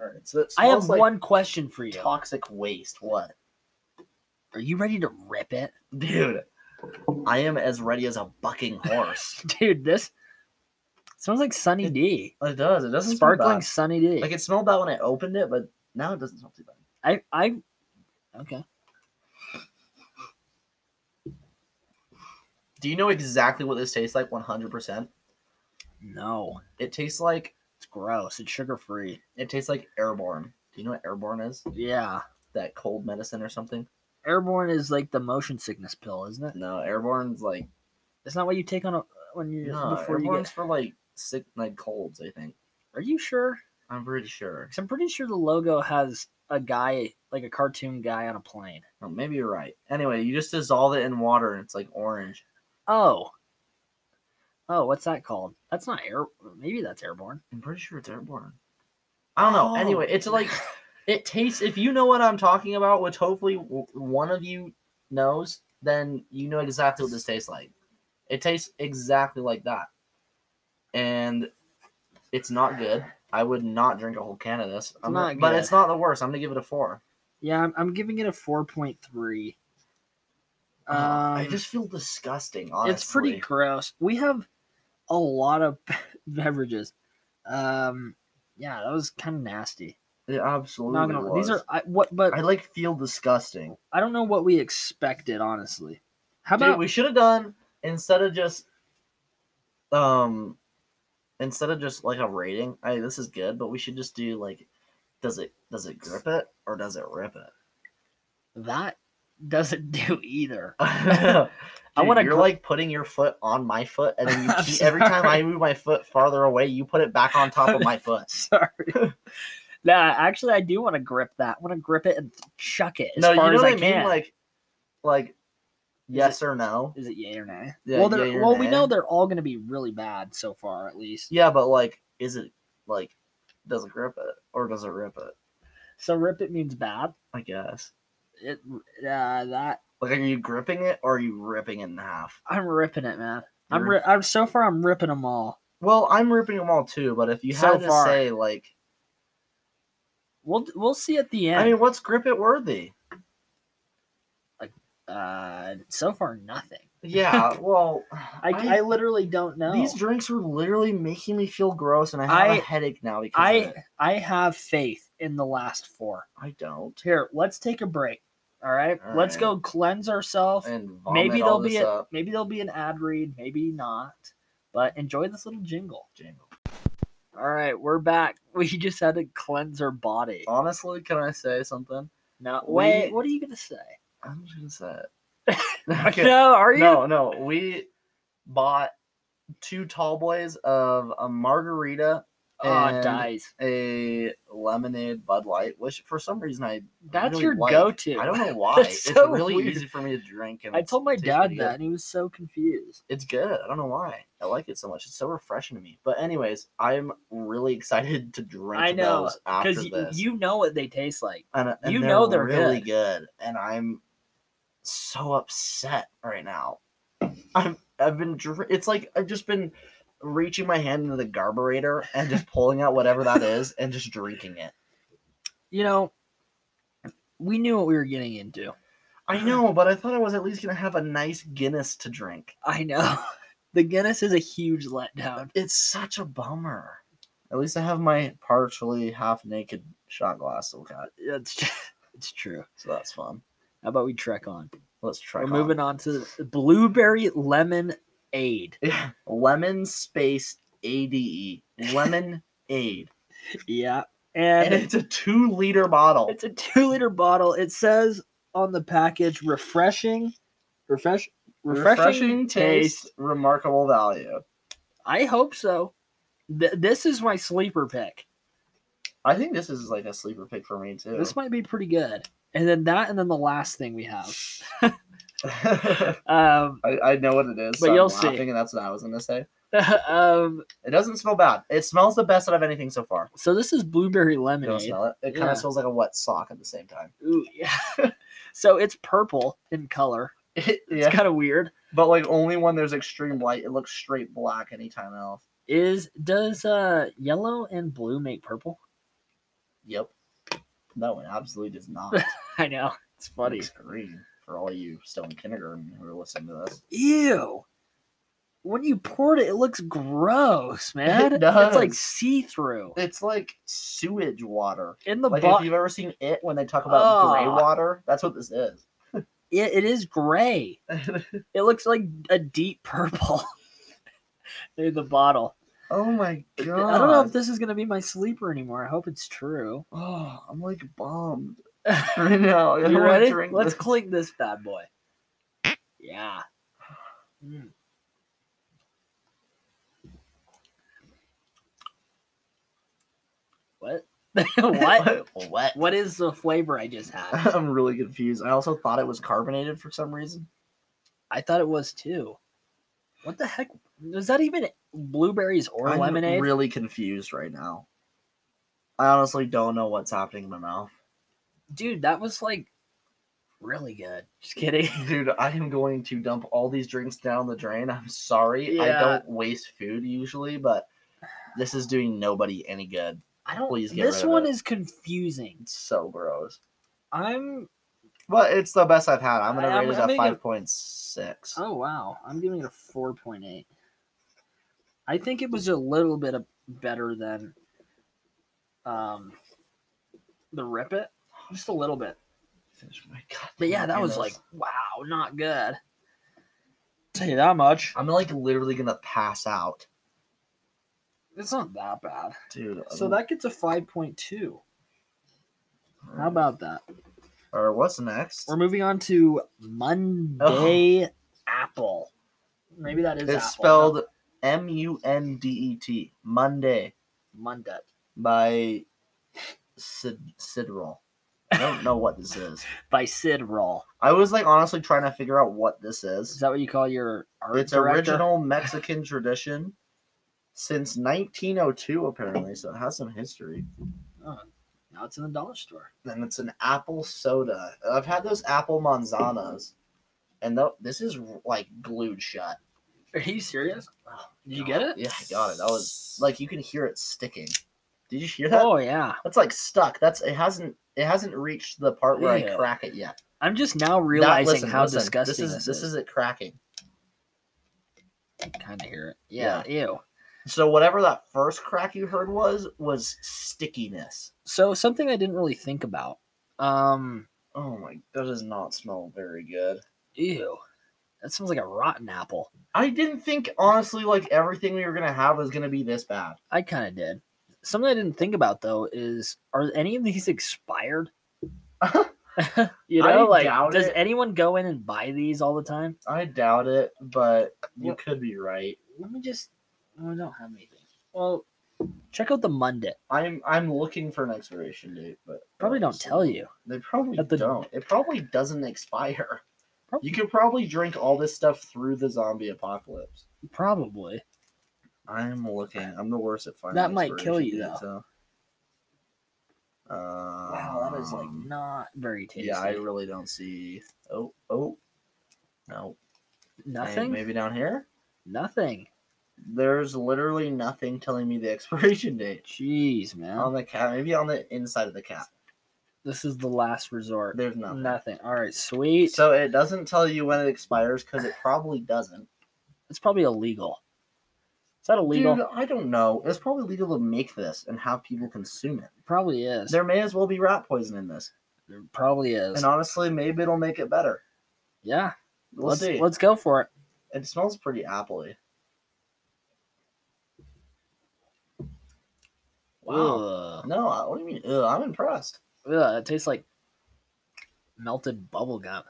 Speaker 1: All right, so it
Speaker 2: I have
Speaker 1: smells like
Speaker 2: one question for you.
Speaker 1: toxic waste. What,
Speaker 2: Are you ready to rip it,
Speaker 1: dude? I am as ready as a bucking horse.
Speaker 2: dude? This smells like Sunny
Speaker 1: It
Speaker 2: D.
Speaker 1: it does. It doesn't sparkling.
Speaker 2: Sparkling Sunny D.
Speaker 1: Like it smelled bad when I opened it, but now it doesn't smell too bad.
Speaker 2: I, I, okay.
Speaker 1: Do you know exactly what this tastes like? One hundred percent.
Speaker 2: No,
Speaker 1: It tastes like
Speaker 2: it's gross. It's sugar free.
Speaker 1: it tastes like airborne. Do you know what airborne is?
Speaker 2: Yeah,
Speaker 1: That cold medicine or something?
Speaker 2: airborne is like the motion sickness pill, isn't it?
Speaker 1: No, airborne's like
Speaker 2: It's not what you take on a when you
Speaker 1: no.
Speaker 2: before you
Speaker 1: airborne's
Speaker 2: get.
Speaker 1: for like sick like colds. I think.
Speaker 2: Are you sure?
Speaker 1: I'm pretty sure.
Speaker 2: Because I'm pretty sure the logo has a guy like a cartoon guy on a plane.
Speaker 1: Oh, maybe you're right. Anyway, you just dissolve it in water and it's like orange.
Speaker 2: Oh. Oh, what's that called? That's not air. Maybe that's airborne.
Speaker 1: I'm pretty sure it's airborne. I don't know.
Speaker 2: Oh.
Speaker 1: Anyway, it's like it tastes. If you know what I'm talking about, which hopefully w- one of you knows, then you know exactly what this tastes like. It tastes exactly like that, and it's not good. I would not drink a whole can of this. I'm
Speaker 2: not
Speaker 1: but
Speaker 2: good.
Speaker 1: it's not the worst. I'm gonna give it a four.
Speaker 2: Yeah, I'm, I'm giving it a four point three. Um,
Speaker 1: Uh, I just feel disgusting. Honestly,
Speaker 2: it's pretty gross. We have a lot of beverages. Um, yeah, that was kind of nasty.
Speaker 1: It absolutely.
Speaker 2: Not gonna, these are I, what, but
Speaker 1: I like feel disgusting.
Speaker 2: I don't know what we expected honestly. How
Speaker 1: Dude,
Speaker 2: about
Speaker 1: we should have done instead of just um instead of just like a rating. I this is good, but we should just do like does it does it grip it or does it rip
Speaker 2: that? Doesn't do either.
Speaker 1: it?
Speaker 2: I
Speaker 1: I
Speaker 2: wanna
Speaker 1: want to. You're
Speaker 2: gri-
Speaker 1: like putting your foot on my foot, and then you
Speaker 2: I'm
Speaker 1: keep, every time
Speaker 2: sorry.
Speaker 1: I move my foot farther away, you put it back on top of my foot.
Speaker 2: Sorry. nah, actually, I do want to grip that. I want to grip it and chuck it as
Speaker 1: no, you know
Speaker 2: far as
Speaker 1: what
Speaker 2: I,
Speaker 1: I, mean.
Speaker 2: can.
Speaker 1: Like, like yes or no.
Speaker 2: Is it yay or nay?
Speaker 1: Yeah,
Speaker 2: well, they're,
Speaker 1: yay or
Speaker 2: well, we
Speaker 1: nay.
Speaker 2: know they're all going to be really bad so far, at least.
Speaker 1: Yeah, but like, is it like does it grip it or does it rip it?
Speaker 2: So rip it means bad.
Speaker 1: I guess.
Speaker 2: It uh, that
Speaker 1: Like, are you gripping it or are you ripping it in half?
Speaker 2: I'm ripping it, man. I'm
Speaker 1: You're-
Speaker 2: ri- I'm so far I'm ripping them all.
Speaker 1: Well, I'm ripping them all too, but if you
Speaker 2: So
Speaker 1: had to
Speaker 2: far.
Speaker 1: say, like,
Speaker 2: We'll we'll see at the end.
Speaker 1: I mean, what's grip it worthy?
Speaker 2: uh, so far nothing.
Speaker 1: Yeah, well,
Speaker 2: I, I, literally don't know.
Speaker 1: these drinks are literally making me feel gross, and I have a
Speaker 2: I-
Speaker 1: headache now because I,
Speaker 2: I I have faith in the last four.
Speaker 1: I don't.
Speaker 2: Here, let's take a break. All right,
Speaker 1: All
Speaker 2: let's
Speaker 1: right.
Speaker 2: go cleanse ourselves.
Speaker 1: And vomit
Speaker 2: Maybe
Speaker 1: all
Speaker 2: there'll be
Speaker 1: this
Speaker 2: a,
Speaker 1: up.
Speaker 2: maybe there'll be an ad read. Maybe not. But enjoy this little jingle.
Speaker 1: Jingle.
Speaker 2: All right, we're back. We just had to cleanse our body.
Speaker 1: Honestly, can I say something?
Speaker 2: Now,
Speaker 1: Oh, we-
Speaker 2: wait, what are you gonna say?
Speaker 1: I'm just gonna say it. Okay.
Speaker 2: No, are you?
Speaker 1: No, no. We bought two tall boys of a margarita,
Speaker 2: Oh,
Speaker 1: and-
Speaker 2: dies.
Speaker 1: a lemonade Bud Light, which for some reason I
Speaker 2: That's
Speaker 1: really
Speaker 2: your
Speaker 1: like.
Speaker 2: go-to.
Speaker 1: I don't know why.
Speaker 2: That's
Speaker 1: it's
Speaker 2: so
Speaker 1: really
Speaker 2: weird.
Speaker 1: easy for me to drink. And
Speaker 2: I
Speaker 1: it's-
Speaker 2: told my
Speaker 1: tastes
Speaker 2: dad
Speaker 1: pretty good.
Speaker 2: that, and he was so confused.
Speaker 1: It's good. I don't know why. I like it so much. It's so refreshing to me. But anyways, I'm really excited to drink
Speaker 2: I know,
Speaker 1: those after
Speaker 2: Because
Speaker 1: this.
Speaker 2: you know what they taste like.
Speaker 1: and, and
Speaker 2: you
Speaker 1: they're
Speaker 2: know they're
Speaker 1: really good. and I'm so upset right now. I'm I've been dr- it's like I've just been reaching my hand into the carburetor and just pulling out whatever that is and just drinking it.
Speaker 2: You know, we knew what we were getting into.
Speaker 1: I know, but I thought I was at least gonna have a nice Guinness to drink.
Speaker 2: I know. The Guinness is a huge letdown.
Speaker 1: It's such a bummer. At least I have my partially half naked shot glass still got,
Speaker 2: It's it's true.
Speaker 1: so that's fun.
Speaker 2: How about we trek on?
Speaker 1: Let's try.
Speaker 2: We're moving on to the blueberry lemon aid.
Speaker 1: Yeah. Lemon space ADE. Lemon aid.
Speaker 2: Yeah,
Speaker 1: And
Speaker 2: and,
Speaker 1: it's a two liter bottle.
Speaker 2: it's a two-liter bottle. It says on the package, "Refreshing, refresh, refreshing, taste."
Speaker 1: remarkable value.
Speaker 2: I hope so. Th- this is my sleeper pick.
Speaker 1: I think this is like a sleeper pick for me too.
Speaker 2: This might be pretty good. And then that, and then the last thing we have. Um,
Speaker 1: I, I know what it is,
Speaker 2: But
Speaker 1: so I'm
Speaker 2: you'll see.
Speaker 1: laughing, and that's what I was gonna say.
Speaker 2: um,
Speaker 1: It doesn't smell bad. It smells the best out of anything so far.
Speaker 2: so this is blueberry
Speaker 1: You don't
Speaker 2: lemonade.
Speaker 1: smell it. It kind
Speaker 2: Yeah.
Speaker 1: of smells like a wet sock at the same time.
Speaker 2: Ooh, yeah. so it's purple in color. It's
Speaker 1: yeah,
Speaker 2: kind of weird.
Speaker 1: but like only when there's extreme light, it looks straight black. Anytime else,
Speaker 2: Is does uh yellow and blue make purple?
Speaker 1: yep. No, it absolutely does not. It's
Speaker 2: I know it's funny.
Speaker 1: green for all you still in kindergarten who are listening to this.
Speaker 2: Ew. When you poured it, it looks gross, man. It's like
Speaker 1: does.
Speaker 2: see through.
Speaker 1: It's like sewage water.
Speaker 2: In the
Speaker 1: Like if
Speaker 2: bottle,
Speaker 1: you've ever seen it when they talk about gray
Speaker 2: Ah.
Speaker 1: water, that's what this is.
Speaker 2: it, it is gray. It looks like a deep purple through the bottle.
Speaker 1: oh my god!
Speaker 2: I don't know if this is gonna be my sleeper anymore. I hope it's true.
Speaker 1: Oh, I'm like bummed right now. I don't
Speaker 2: you
Speaker 1: wanna
Speaker 2: ready?
Speaker 1: drink
Speaker 2: Let's
Speaker 1: this.
Speaker 2: clink this bad boy. Yeah. Mm. What? what?
Speaker 1: what?
Speaker 2: What is the flavor I just had?
Speaker 1: I'm really confused. I also thought it was carbonated for some reason.
Speaker 2: I thought it was too. What the heck? Was that even blueberries or
Speaker 1: I'm
Speaker 2: lemonade?
Speaker 1: really confused right now. I honestly don't know what's happening in my mouth.
Speaker 2: dude, that was like really good. Just kidding.
Speaker 1: Dude, I am going to dump all these drinks down the drain. I'm sorry.
Speaker 2: Yeah.
Speaker 1: I don't waste food usually, but this is doing nobody any good.
Speaker 2: I don't.
Speaker 1: Please get
Speaker 2: this
Speaker 1: rid of
Speaker 2: one
Speaker 1: it.
Speaker 2: is confusing.
Speaker 1: It's so gross.
Speaker 2: I'm.
Speaker 1: But it's the best I've had. I'm
Speaker 2: I-
Speaker 1: gonna
Speaker 2: I'm-
Speaker 1: rate it
Speaker 2: I'm
Speaker 1: at
Speaker 2: gonna-
Speaker 1: five point six.
Speaker 2: Oh wow, I'm giving it a four point eight. I think it was a little bit of better than, um, the rip it, just a little bit. But yeah, that was like wow, not good. Tell you that much.
Speaker 1: I'm like literally gonna pass out,
Speaker 2: It's not that bad.
Speaker 1: dude.
Speaker 2: So
Speaker 1: I'm-
Speaker 2: that gets a five point two. How about that?
Speaker 1: or what's next?
Speaker 2: We're moving on to Monday Apple. Maybe that is
Speaker 1: It's
Speaker 2: Apple,
Speaker 1: spelled M U N D E T Monday
Speaker 2: not Monday.
Speaker 1: by Sid Sidroll. I don't know what this is.
Speaker 2: by Sid Roll.
Speaker 1: I was like honestly trying to figure out what this
Speaker 2: Is
Speaker 1: is.
Speaker 2: that what you call your art
Speaker 1: It's
Speaker 2: director?
Speaker 1: original Mexican tradition since 1902 apparently, so it has some history.
Speaker 2: Oh, now it's in the dollar store.
Speaker 1: and it's an apple soda. I've had those apple manzanas, and tho- this is like glued shut.
Speaker 2: Are you serious? Did you get it?
Speaker 1: Yeah, I got it. That was like you can hear it sticking. Did you hear that?
Speaker 2: Oh yeah.
Speaker 1: That's like stuck. That's it hasn't it hasn't reached the part where
Speaker 2: Ew.
Speaker 1: I crack it yet.
Speaker 2: I'm just now
Speaker 1: That-
Speaker 2: realizing
Speaker 1: listen,
Speaker 2: how
Speaker 1: listen,
Speaker 2: disgusting
Speaker 1: this is. This is it cracking.
Speaker 2: Kind of hear it. Yeah, Ew.
Speaker 1: So whatever that first crack you heard was was stickiness.
Speaker 2: So something I didn't really think about. Um.
Speaker 1: Oh my, that does not smell very good.
Speaker 2: Ew. That sounds like a rotten apple.
Speaker 1: I didn't think honestly like everything we were gonna have was gonna be this bad.
Speaker 2: I kind of did. Something I didn't think about though is are any of these expired? you
Speaker 1: I
Speaker 2: know, like
Speaker 1: doubt
Speaker 2: does
Speaker 1: it.
Speaker 2: anyone go in and buy these all the time?
Speaker 1: I doubt it, but you
Speaker 2: Well-
Speaker 1: could be right.
Speaker 2: Let me just. oh, I don't have anything. Well, check out the Mundit.
Speaker 1: I'm I'm looking for an expiration date, but
Speaker 2: Probably don't tell you.
Speaker 1: They probably
Speaker 2: At the-
Speaker 1: don't. It probably doesn't expire.
Speaker 2: Prob-
Speaker 1: You could probably drink all this stuff through the zombie apocalypse.
Speaker 2: Probably.
Speaker 1: I'm looking. I'm the worst at finding.
Speaker 2: That might kill
Speaker 1: expiration
Speaker 2: you,
Speaker 1: dates, though. Uh,
Speaker 2: Wow, that is like not very tasty.
Speaker 1: Yeah, I really don't see. Oh, oh, no. Hey,
Speaker 2: nothing.
Speaker 1: maybe down here.
Speaker 2: Nothing.
Speaker 1: There's literally nothing telling me the expiration date
Speaker 2: Jeez, man.
Speaker 1: on the cap. Maybe on the inside of the cap.
Speaker 2: this is the last resort.
Speaker 1: There's nothing.
Speaker 2: Nothing. All right, sweet.
Speaker 1: So it doesn't tell you when it expires because it probably doesn't.
Speaker 2: it's probably illegal. Is that illegal?
Speaker 1: Dude, I don't know. It's probably legal to make this and have people consume it.
Speaker 2: probably is.
Speaker 1: There may as well be rat poison in this.
Speaker 2: There probably is.
Speaker 1: And honestly, maybe it'll make it better.
Speaker 2: yeah.
Speaker 1: We'll
Speaker 2: let's
Speaker 1: see.
Speaker 2: let's go for it.
Speaker 1: It smells pretty appley. Wow.
Speaker 2: Ugh.
Speaker 1: No, I- what do you mean? Ugh, I'm impressed.
Speaker 2: Ugh, it tastes like melted bubble gum.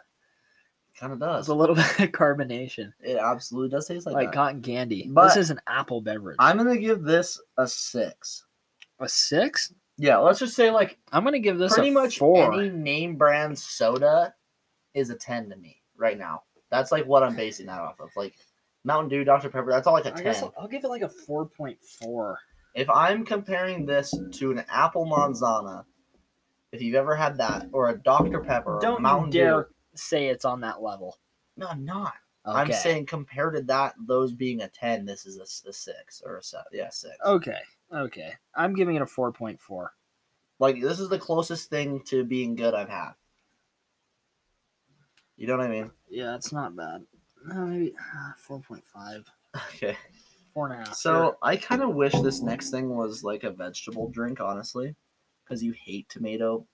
Speaker 1: Kind of
Speaker 2: That's
Speaker 1: does.
Speaker 2: a little bit of carbonation,
Speaker 1: It absolutely does taste like,
Speaker 2: like,
Speaker 1: that.
Speaker 2: cotton candy.
Speaker 1: But-
Speaker 2: this is an apple beverage.
Speaker 1: I'm gonna give this a six.
Speaker 2: a six?
Speaker 1: Yeah, let's just say like
Speaker 2: I'm gonna give this
Speaker 1: pretty
Speaker 2: a
Speaker 1: much
Speaker 2: four.
Speaker 1: any name brand soda is a 10 to me right now. That's like what I'm basing that off of. Like Mountain Dew, Dr. Pepper, that's all like a
Speaker 2: I
Speaker 1: 10.
Speaker 2: guess I'll, I'll give it like a four point four.
Speaker 1: If I'm comparing this to an apple manzana, if you've ever had that, or a Dr. Pepper, or
Speaker 2: Don't
Speaker 1: Mountain
Speaker 2: you dare
Speaker 1: Dew,
Speaker 2: say it's on that level.
Speaker 1: no, I'm not.
Speaker 2: Okay.
Speaker 1: I'm saying compared to that, those being a ten, this is a, a six or a seven. Yeah, six.
Speaker 2: Okay. Okay. I'm giving it a four point four.
Speaker 1: Like this is the closest thing to being good I've had. You know what I mean?
Speaker 2: Yeah, it's not bad. No, maybe uh, four point five.
Speaker 1: Okay.
Speaker 2: Four and a half.
Speaker 1: So I kind of wish this next thing was like a vegetable drink, honestly, because you hate tomato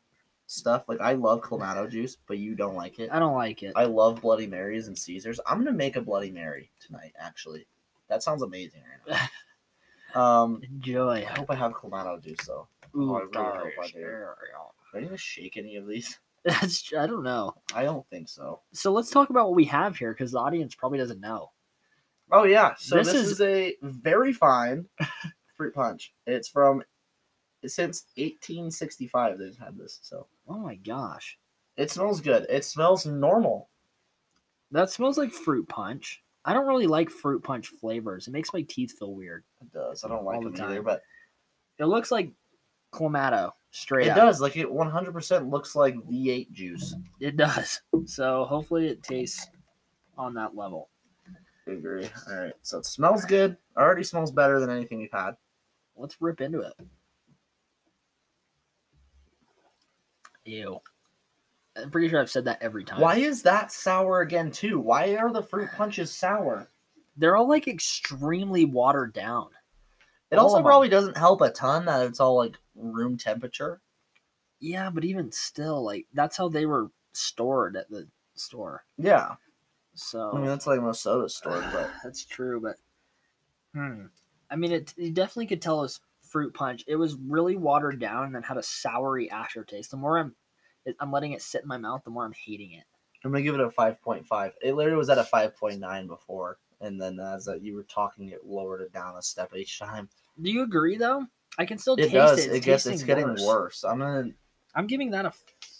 Speaker 1: stuff. Like I love clamato juice, but you don't like it.
Speaker 2: I don't like it.
Speaker 1: I love Bloody Marys and Caesars. I'm gonna make a Bloody Mary tonight. Actually, that sounds amazing right now. um,
Speaker 2: Enjoy.
Speaker 1: I hope I have clamato juice though.
Speaker 2: Ooh,
Speaker 1: I really hope I
Speaker 2: gosh.
Speaker 1: do. Am I gonna shake any of these?
Speaker 2: That's I don't know.
Speaker 1: I don't think so.
Speaker 2: So let's talk about what we have here because the audience probably doesn't know.
Speaker 1: Oh yeah, so
Speaker 2: This
Speaker 1: this,
Speaker 2: is-
Speaker 1: is... a very fine fruit punch. It's from since 1865 they've had this. So
Speaker 2: Oh my gosh,
Speaker 1: it smells good. It smells normal.
Speaker 2: that smells like fruit punch. I don't really like fruit punch flavors. It makes my teeth feel weird.
Speaker 1: It does. I don't
Speaker 2: All
Speaker 1: like
Speaker 2: the
Speaker 1: them either,
Speaker 2: time.
Speaker 1: but
Speaker 2: It looks like clamato straight
Speaker 1: it
Speaker 2: up.
Speaker 1: does. Like it 100% looks like V8 juice.
Speaker 2: It does. So hopefully it tastes on that level.
Speaker 1: agree. All right. So it smells good. Already smells better than anything you've had.
Speaker 2: Let's rip into it. Ew. I'm pretty sure I've said that every time.
Speaker 1: Why is that sour again too? Why are the fruit punches sour?
Speaker 2: They're all like extremely watered down.
Speaker 1: It
Speaker 2: All
Speaker 1: also
Speaker 2: of 'em.
Speaker 1: probably doesn't help a ton that it's all like room temperature.
Speaker 2: Yeah, but even still, like that's how they were stored at the store.
Speaker 1: Yeah.
Speaker 2: So
Speaker 1: I mean that's like most soda stored, but
Speaker 2: that's true. But hmm. I mean, it you definitely could tell it was fruit punch. It was really watered down and then had a soury aftertaste. The more I'm, it, I'm letting it sit in my mouth, the more I'm hating it.
Speaker 1: I'm gonna give it a 5.5. It literally was at a 5.9 before, and then as uh, you were talking, it lowered it down a step each time.
Speaker 2: Do you agree though? I can still
Speaker 1: It
Speaker 2: taste
Speaker 1: does.
Speaker 2: it.
Speaker 1: It,
Speaker 2: It's,
Speaker 1: gets.
Speaker 2: tasting
Speaker 1: It's getting worse.
Speaker 2: worse.
Speaker 1: I'm gonna.
Speaker 2: I'm giving that a.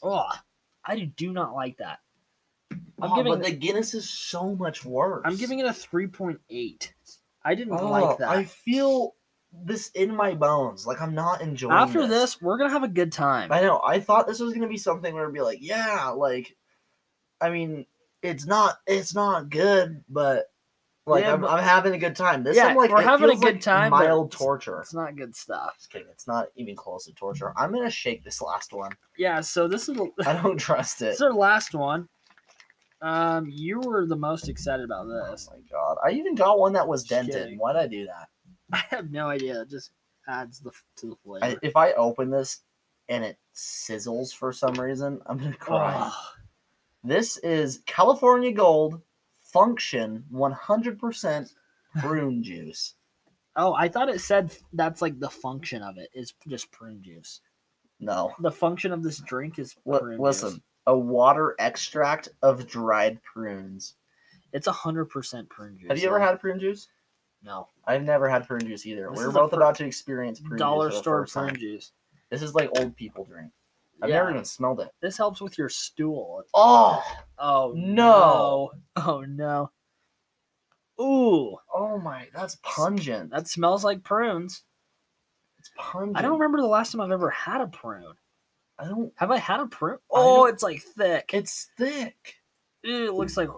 Speaker 2: Oh, I do- do not like that. I'm
Speaker 1: oh,
Speaker 2: giving.
Speaker 1: but the Guinness is so much worse.
Speaker 2: I'm giving it a three point eight. I didn't
Speaker 1: Oh,
Speaker 2: like that.
Speaker 1: I feel this in my bones. Like I'm not enjoying.
Speaker 2: After this, we're gonna have a good time.
Speaker 1: I know. I thought this was gonna be something where it'd be like, yeah, like, I mean, it's not. It's not good, but. Like
Speaker 2: Yeah,
Speaker 1: I'm,
Speaker 2: but-
Speaker 1: I'm having a good time. This
Speaker 2: Yeah,
Speaker 1: I'm like
Speaker 2: we're
Speaker 1: it
Speaker 2: having a
Speaker 1: feels
Speaker 2: good
Speaker 1: like
Speaker 2: time, but
Speaker 1: Mild
Speaker 2: it's-
Speaker 1: torture.
Speaker 2: It's not good stuff.
Speaker 1: Just kidding. It's not even close to torture. I'm gonna shake this last one.
Speaker 2: Yeah, so this is
Speaker 1: I don't trust
Speaker 2: this
Speaker 1: it.
Speaker 2: is our last one. Um, you were the most excited about
Speaker 1: Oh
Speaker 2: this.
Speaker 1: my god! I even got one that was
Speaker 2: Just
Speaker 1: dented.
Speaker 2: kidding.
Speaker 1: Why'd I do that?
Speaker 2: I have no idea. It just adds the to the flavor.
Speaker 1: I, if I open this and it sizzles for some reason, I'm gonna cry.
Speaker 2: Ugh.
Speaker 1: This is California Gold function 100% prune juice.
Speaker 2: Oh, I thought it said that's like the function of it is just prune juice.
Speaker 1: No.
Speaker 2: The function of this drink is
Speaker 1: Li-
Speaker 2: prune
Speaker 1: listen,
Speaker 2: Juice.
Speaker 1: a water extract of dried prunes.
Speaker 2: It's hundred percent prune juice.
Speaker 1: Have you ever
Speaker 2: though.
Speaker 1: had prune juice?
Speaker 2: no
Speaker 1: I've never had prune juice either.
Speaker 2: This
Speaker 1: We're
Speaker 2: is the
Speaker 1: both
Speaker 2: fir-
Speaker 1: about to experience prune
Speaker 2: dollar
Speaker 1: juice. for the
Speaker 2: store
Speaker 1: first time.
Speaker 2: prune juice?
Speaker 1: This is like old people drink. I've
Speaker 2: Yeah.
Speaker 1: never even smelled it.
Speaker 2: This helps with your stool.
Speaker 1: Oh,
Speaker 2: Oh
Speaker 1: No.
Speaker 2: no. Oh no. Ooh,
Speaker 1: oh my, that's pungent.
Speaker 2: that smells like prunes.
Speaker 1: That's pungent.
Speaker 2: I don't remember the last time I've ever had a prune.
Speaker 1: I don't.
Speaker 2: Have I had a prune?
Speaker 1: I don't-
Speaker 2: Oh, it's like thick. It,
Speaker 1: It's thick.
Speaker 2: it looks like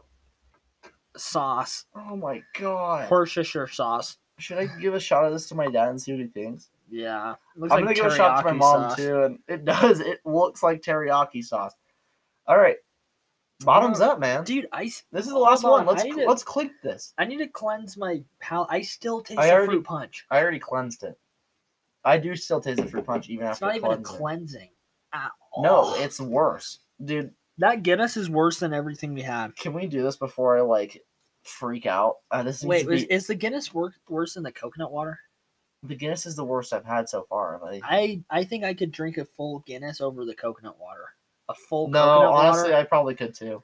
Speaker 2: sauce,
Speaker 1: Oh my god.
Speaker 2: Worcestershire sauce.
Speaker 1: Should I give a shot of this to my dad and see what he thinks?
Speaker 2: Yeah, looks
Speaker 1: I'm gonna give a shot to my
Speaker 2: teriyaki
Speaker 1: mom
Speaker 2: sauce.
Speaker 1: too, and it does. It looks like teriyaki sauce. All right, bottoms up, man.
Speaker 2: dude. I s-
Speaker 1: This is the last
Speaker 2: hold
Speaker 1: one.
Speaker 2: on,
Speaker 1: Let's
Speaker 2: I need to-
Speaker 1: let's click this.
Speaker 2: I need to cleanse my palate. I still taste
Speaker 1: I
Speaker 2: the
Speaker 1: already-
Speaker 2: fruit punch.
Speaker 1: I already cleansed it. I do still taste the fruit punch even
Speaker 2: It's
Speaker 1: after
Speaker 2: not even a
Speaker 1: cleansing.
Speaker 2: cleansing at all.
Speaker 1: No, it's worse, dude.
Speaker 2: that Guinness is worse than everything we had.
Speaker 1: Can we do this before I like freak out? Uh, this needs
Speaker 2: Wait,
Speaker 1: to be,
Speaker 2: is, is the Guinness wor- worse than the coconut water?
Speaker 1: the Guinness is the worst I've had so far. Like,
Speaker 2: I I think I could drink a full Guinness over the coconut water. A full
Speaker 1: no,
Speaker 2: coconut
Speaker 1: honestly,
Speaker 2: water.
Speaker 1: I probably could too.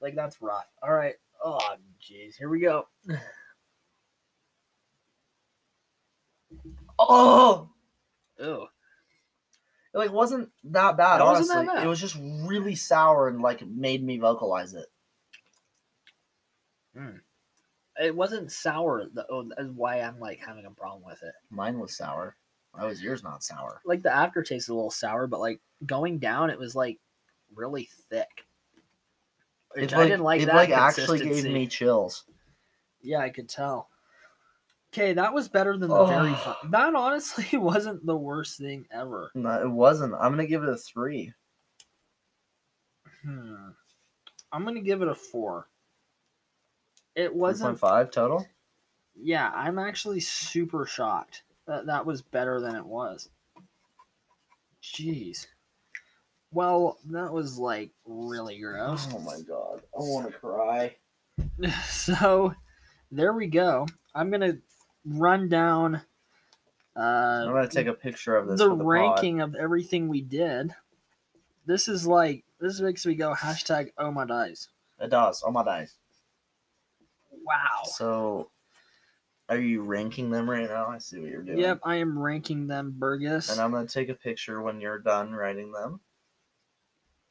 Speaker 2: Like that's rough. All right. Oh jeez. Here we go.
Speaker 1: Oh,
Speaker 2: Ew.
Speaker 1: it like wasn't that bad.
Speaker 2: It wasn't
Speaker 1: honestly,
Speaker 2: that bad.
Speaker 1: it was just really sour and like made me vocalize it.
Speaker 2: It wasn't sour. tho- oh, That's why I'm like having a problem with it.
Speaker 1: Mine was sour. Why was yours not sour?
Speaker 2: Like the aftertaste is a little sour, but like going down, it was like really thick. Which
Speaker 1: It's
Speaker 2: I didn't like
Speaker 1: it
Speaker 2: that.
Speaker 1: like actually gave
Speaker 2: consistency.
Speaker 1: me chills.
Speaker 2: Yeah, I could tell. Okay, that was better than the very.
Speaker 1: Oh.
Speaker 2: Fun- that honestly wasn't the worst thing ever.
Speaker 1: No, it wasn't. I'm gonna give it a three.
Speaker 2: Hmm. I'm gonna give it a four. It
Speaker 1: Three
Speaker 2: wasn't.
Speaker 1: point five total.
Speaker 2: Yeah, I'm actually super shocked that that was better than it was. Jeez. Well, that was like really gross.
Speaker 1: Oh my god, I want to cry.
Speaker 2: so, there we go. I'm gonna run down.
Speaker 1: I'm
Speaker 2: Uh,
Speaker 1: gonna take a picture of this.
Speaker 2: the
Speaker 1: for the pod.
Speaker 2: ranking of everything we did. This is like this makes me go hashtag oh my dice.
Speaker 1: It does. Oh my dice.
Speaker 2: Wow.
Speaker 1: So, are you ranking them right now? I see what you're doing.
Speaker 2: Yep, I am ranking them, Burgess.
Speaker 1: And I'm gonna take a picture when you're done writing them.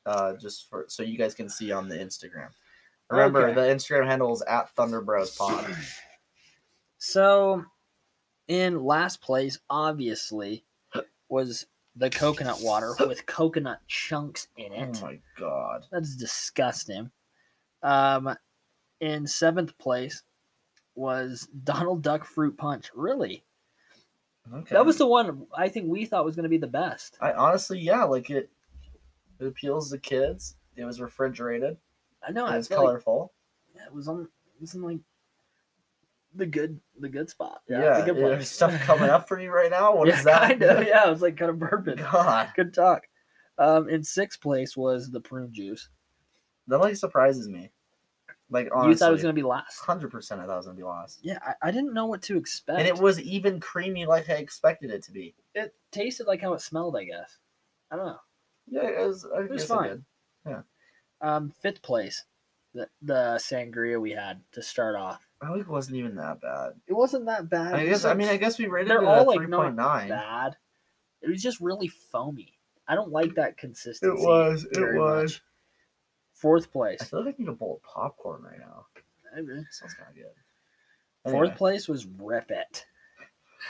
Speaker 1: Uh, just for so you guys can see on the Instagram. Remember
Speaker 2: Okay.
Speaker 1: the Instagram handle is at Thunder Bros Pod.
Speaker 2: so in last place, obviously, was the coconut water with coconut chunks in
Speaker 1: Oh
Speaker 2: it.
Speaker 1: my god.
Speaker 2: That's disgusting. Um, in seventh place was Donald Duck Fruit Punch. Really?
Speaker 1: Okay.
Speaker 2: That was the one I think we thought was going to be the best.
Speaker 1: I honestly, yeah, like it. It appeals to kids. It was refrigerated.
Speaker 2: I know.
Speaker 1: and
Speaker 2: I
Speaker 1: it's
Speaker 2: feel like
Speaker 1: colorful.
Speaker 2: it was on it was in like the good the good spot.
Speaker 1: yeah,
Speaker 2: the good
Speaker 1: yeah,
Speaker 2: place.
Speaker 1: there's stuff coming up for you right now. What is
Speaker 2: yeah,
Speaker 1: that?
Speaker 2: Kind of, yeah, it was like kind of burping.
Speaker 1: God,
Speaker 2: Good talk. Um, in sixth place was the prune juice.
Speaker 1: that like surprises me. Like
Speaker 2: You thought it was
Speaker 1: honestly,
Speaker 2: gonna be last.
Speaker 1: hundred percent, I thought it was gonna be lost.
Speaker 2: Yeah, I, I didn't know what to expect.
Speaker 1: And it was even creamy, like I expected it to be.
Speaker 2: it tasted like how it smelled, I guess. I don't know.
Speaker 1: Yeah, it was. I
Speaker 2: It was
Speaker 1: guess
Speaker 2: fine.
Speaker 1: did.
Speaker 2: Um, fifth place, the the sangria we had to start off.
Speaker 1: I think it wasn't even that bad.
Speaker 2: It wasn't that bad.
Speaker 1: I
Speaker 2: It was,
Speaker 1: guess. I
Speaker 2: like,
Speaker 1: mean, I guess we rated
Speaker 2: they're
Speaker 1: it
Speaker 2: all,
Speaker 1: a
Speaker 2: like,
Speaker 1: three
Speaker 2: not
Speaker 1: point nine.
Speaker 2: bad. It was just really foamy. I don't like that consistency.
Speaker 1: was, it
Speaker 2: very
Speaker 1: was.
Speaker 2: much. Fourth place.
Speaker 1: I feel like I need a bowl of popcorn right now.
Speaker 2: Maybe.
Speaker 1: This sounds kind of good.
Speaker 2: Fourth
Speaker 1: Anyway,
Speaker 2: place was Rip It.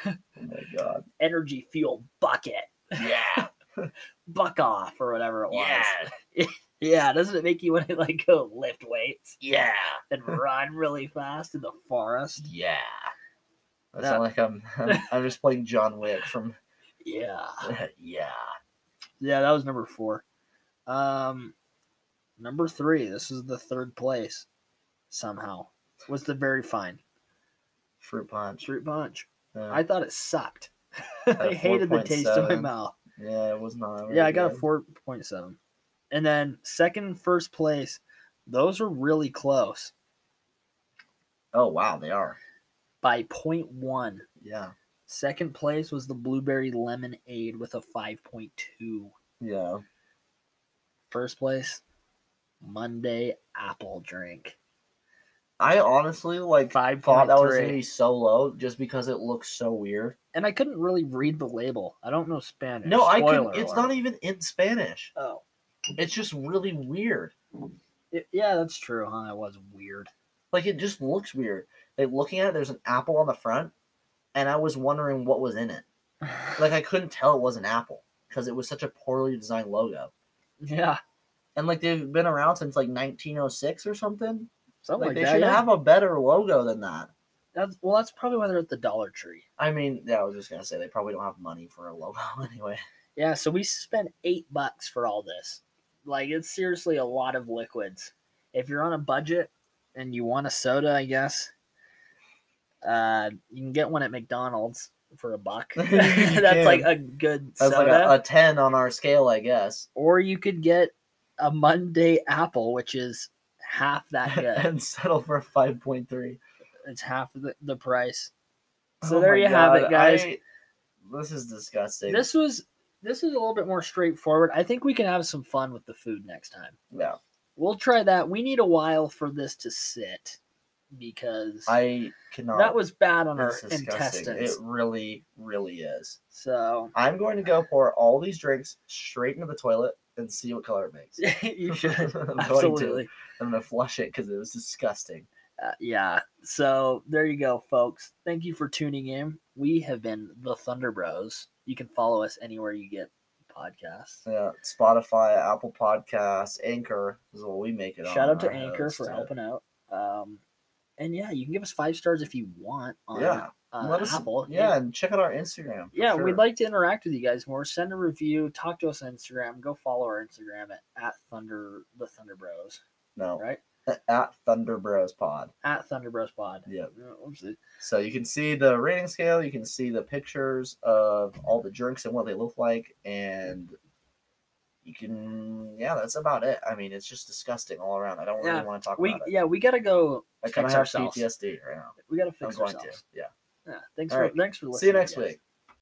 Speaker 1: oh my god.
Speaker 2: Energy Fuel Bucket.
Speaker 1: Yeah.
Speaker 2: Buck off or whatever it was.
Speaker 1: yeah.
Speaker 2: Yeah, doesn't it make you want to like go lift weights
Speaker 1: Yeah.
Speaker 2: and run really fast in the forest?
Speaker 1: Yeah. That
Speaker 2: Yeah.
Speaker 1: sounds like I'm, I'm I'm just playing John Wick from
Speaker 2: Yeah.
Speaker 1: Yeah.
Speaker 2: Yeah, that was number four. Um number three, this is the third place somehow. Was the very fine
Speaker 1: Fruit punch. Uh,
Speaker 2: fruit punch.
Speaker 1: Yeah,
Speaker 2: I thought it sucked. I hated the taste of my
Speaker 1: 4.7.
Speaker 2: mouth.
Speaker 1: yeah, it was not.
Speaker 2: yeah,
Speaker 1: very
Speaker 2: I got a
Speaker 1: good.
Speaker 2: four point seven. And then second and first place, those were really close.
Speaker 1: Oh wow, they are.
Speaker 2: by 0.1.
Speaker 1: Yeah.
Speaker 2: Second place was the blueberry lemonade with a 5.2.
Speaker 1: Yeah.
Speaker 2: First place, Monday apple drink.
Speaker 1: I honestly like
Speaker 2: Five
Speaker 1: thought
Speaker 2: point
Speaker 1: that was gonna be
Speaker 2: three.
Speaker 1: so low just because it looks so weird.
Speaker 2: And I couldn't really read the label. I don't know Spanish.
Speaker 1: No, I
Speaker 2: Spoiler
Speaker 1: could it's
Speaker 2: alert.
Speaker 1: not even in Spanish.
Speaker 2: Oh,
Speaker 1: It's just really weird.
Speaker 2: it- yeah, that's true, huh? That was weird.
Speaker 1: Like it just looks weird. Like looking at it, there's an apple on the front, and I was wondering what was in it. Like I couldn't tell it was an apple because it was such a poorly designed logo.
Speaker 2: yeah,
Speaker 1: And like they've been around since like 1906 or something.
Speaker 2: something
Speaker 1: Like
Speaker 2: like,
Speaker 1: they
Speaker 2: that.
Speaker 1: should
Speaker 2: Oh yeah.
Speaker 1: have a better logo than that.
Speaker 2: That's, well, that's probably why they're at the Dollar Tree.
Speaker 1: I mean, yeah, I was just gonna say they probably don't have money for a logo anyway.
Speaker 2: Yeah, so we spent eight bucks for all this. Like, it's seriously a lot of liquids. If you're on a budget and you want a soda, I guess, uh, you can get one at McDonald's for a buck.
Speaker 1: You
Speaker 2: That's like
Speaker 1: can.
Speaker 2: a good
Speaker 1: That's
Speaker 2: soda.
Speaker 1: like a, a ten on our scale, I guess.
Speaker 2: or you could get a Monday apple, which is half that good.
Speaker 1: and settle for five point three. Oh
Speaker 2: it's half the, the price. So there you have it, guys.
Speaker 1: this is disgusting.
Speaker 2: This was this was a little bit more straightforward. I think we can have some fun with the food next time.
Speaker 1: yeah,
Speaker 2: We'll try that. We need a while for this to sit because
Speaker 1: I cannot.
Speaker 2: that was bad on our
Speaker 1: it's disgusting.
Speaker 2: intestines.
Speaker 1: It really, really is.
Speaker 2: So
Speaker 1: I'm going to go pour all these drinks straight into the toilet and see what color it makes.
Speaker 2: you should
Speaker 1: I'm Going to.
Speaker 2: absolutely,
Speaker 1: I'm going to flush it because it was disgusting.
Speaker 2: uh, yeah. So there you go, folks. Thank you for tuning in. We have been the Thunder Bros. You can follow us anywhere you get podcasts.
Speaker 1: Yeah, Uh, Spotify, Apple Podcasts, Anchor is what we make it on.
Speaker 2: Shout out to
Speaker 1: our
Speaker 2: Anchor
Speaker 1: host,
Speaker 2: for
Speaker 1: uh,
Speaker 2: helping out. Um, and yeah, you can give us five stars if you want on
Speaker 1: Yeah,
Speaker 2: uh,
Speaker 1: let us.
Speaker 2: Apple.
Speaker 1: Yeah, and check out our Instagram. for
Speaker 2: yeah
Speaker 1: sure.
Speaker 2: we'd like to interact with you guys more send a review talk to us on instagram go follow our instagram at, at thunder the thunder bros
Speaker 1: no
Speaker 2: right
Speaker 1: at Thunder Bros Pod.
Speaker 2: at thunder bros pod
Speaker 1: Yeah.
Speaker 2: Uh, oopsie.
Speaker 1: So you can see the rating scale, you can see the pictures of all the drinks and what they look like, and you can yeah, that's about it. I mean, it's just disgusting all around. I don't really
Speaker 2: Yeah,
Speaker 1: want to talk
Speaker 2: we
Speaker 1: about it.
Speaker 2: yeah we gotta go
Speaker 1: I
Speaker 2: fix
Speaker 1: kind of have
Speaker 2: ourselves
Speaker 1: PTSD right now.
Speaker 2: we gotta
Speaker 1: I'm
Speaker 2: fix
Speaker 1: going
Speaker 2: ourselves
Speaker 1: to. Yeah.
Speaker 2: yeah thanks
Speaker 1: All
Speaker 2: for
Speaker 1: right.
Speaker 2: thanks for listening
Speaker 1: See you next
Speaker 2: guys.
Speaker 1: week.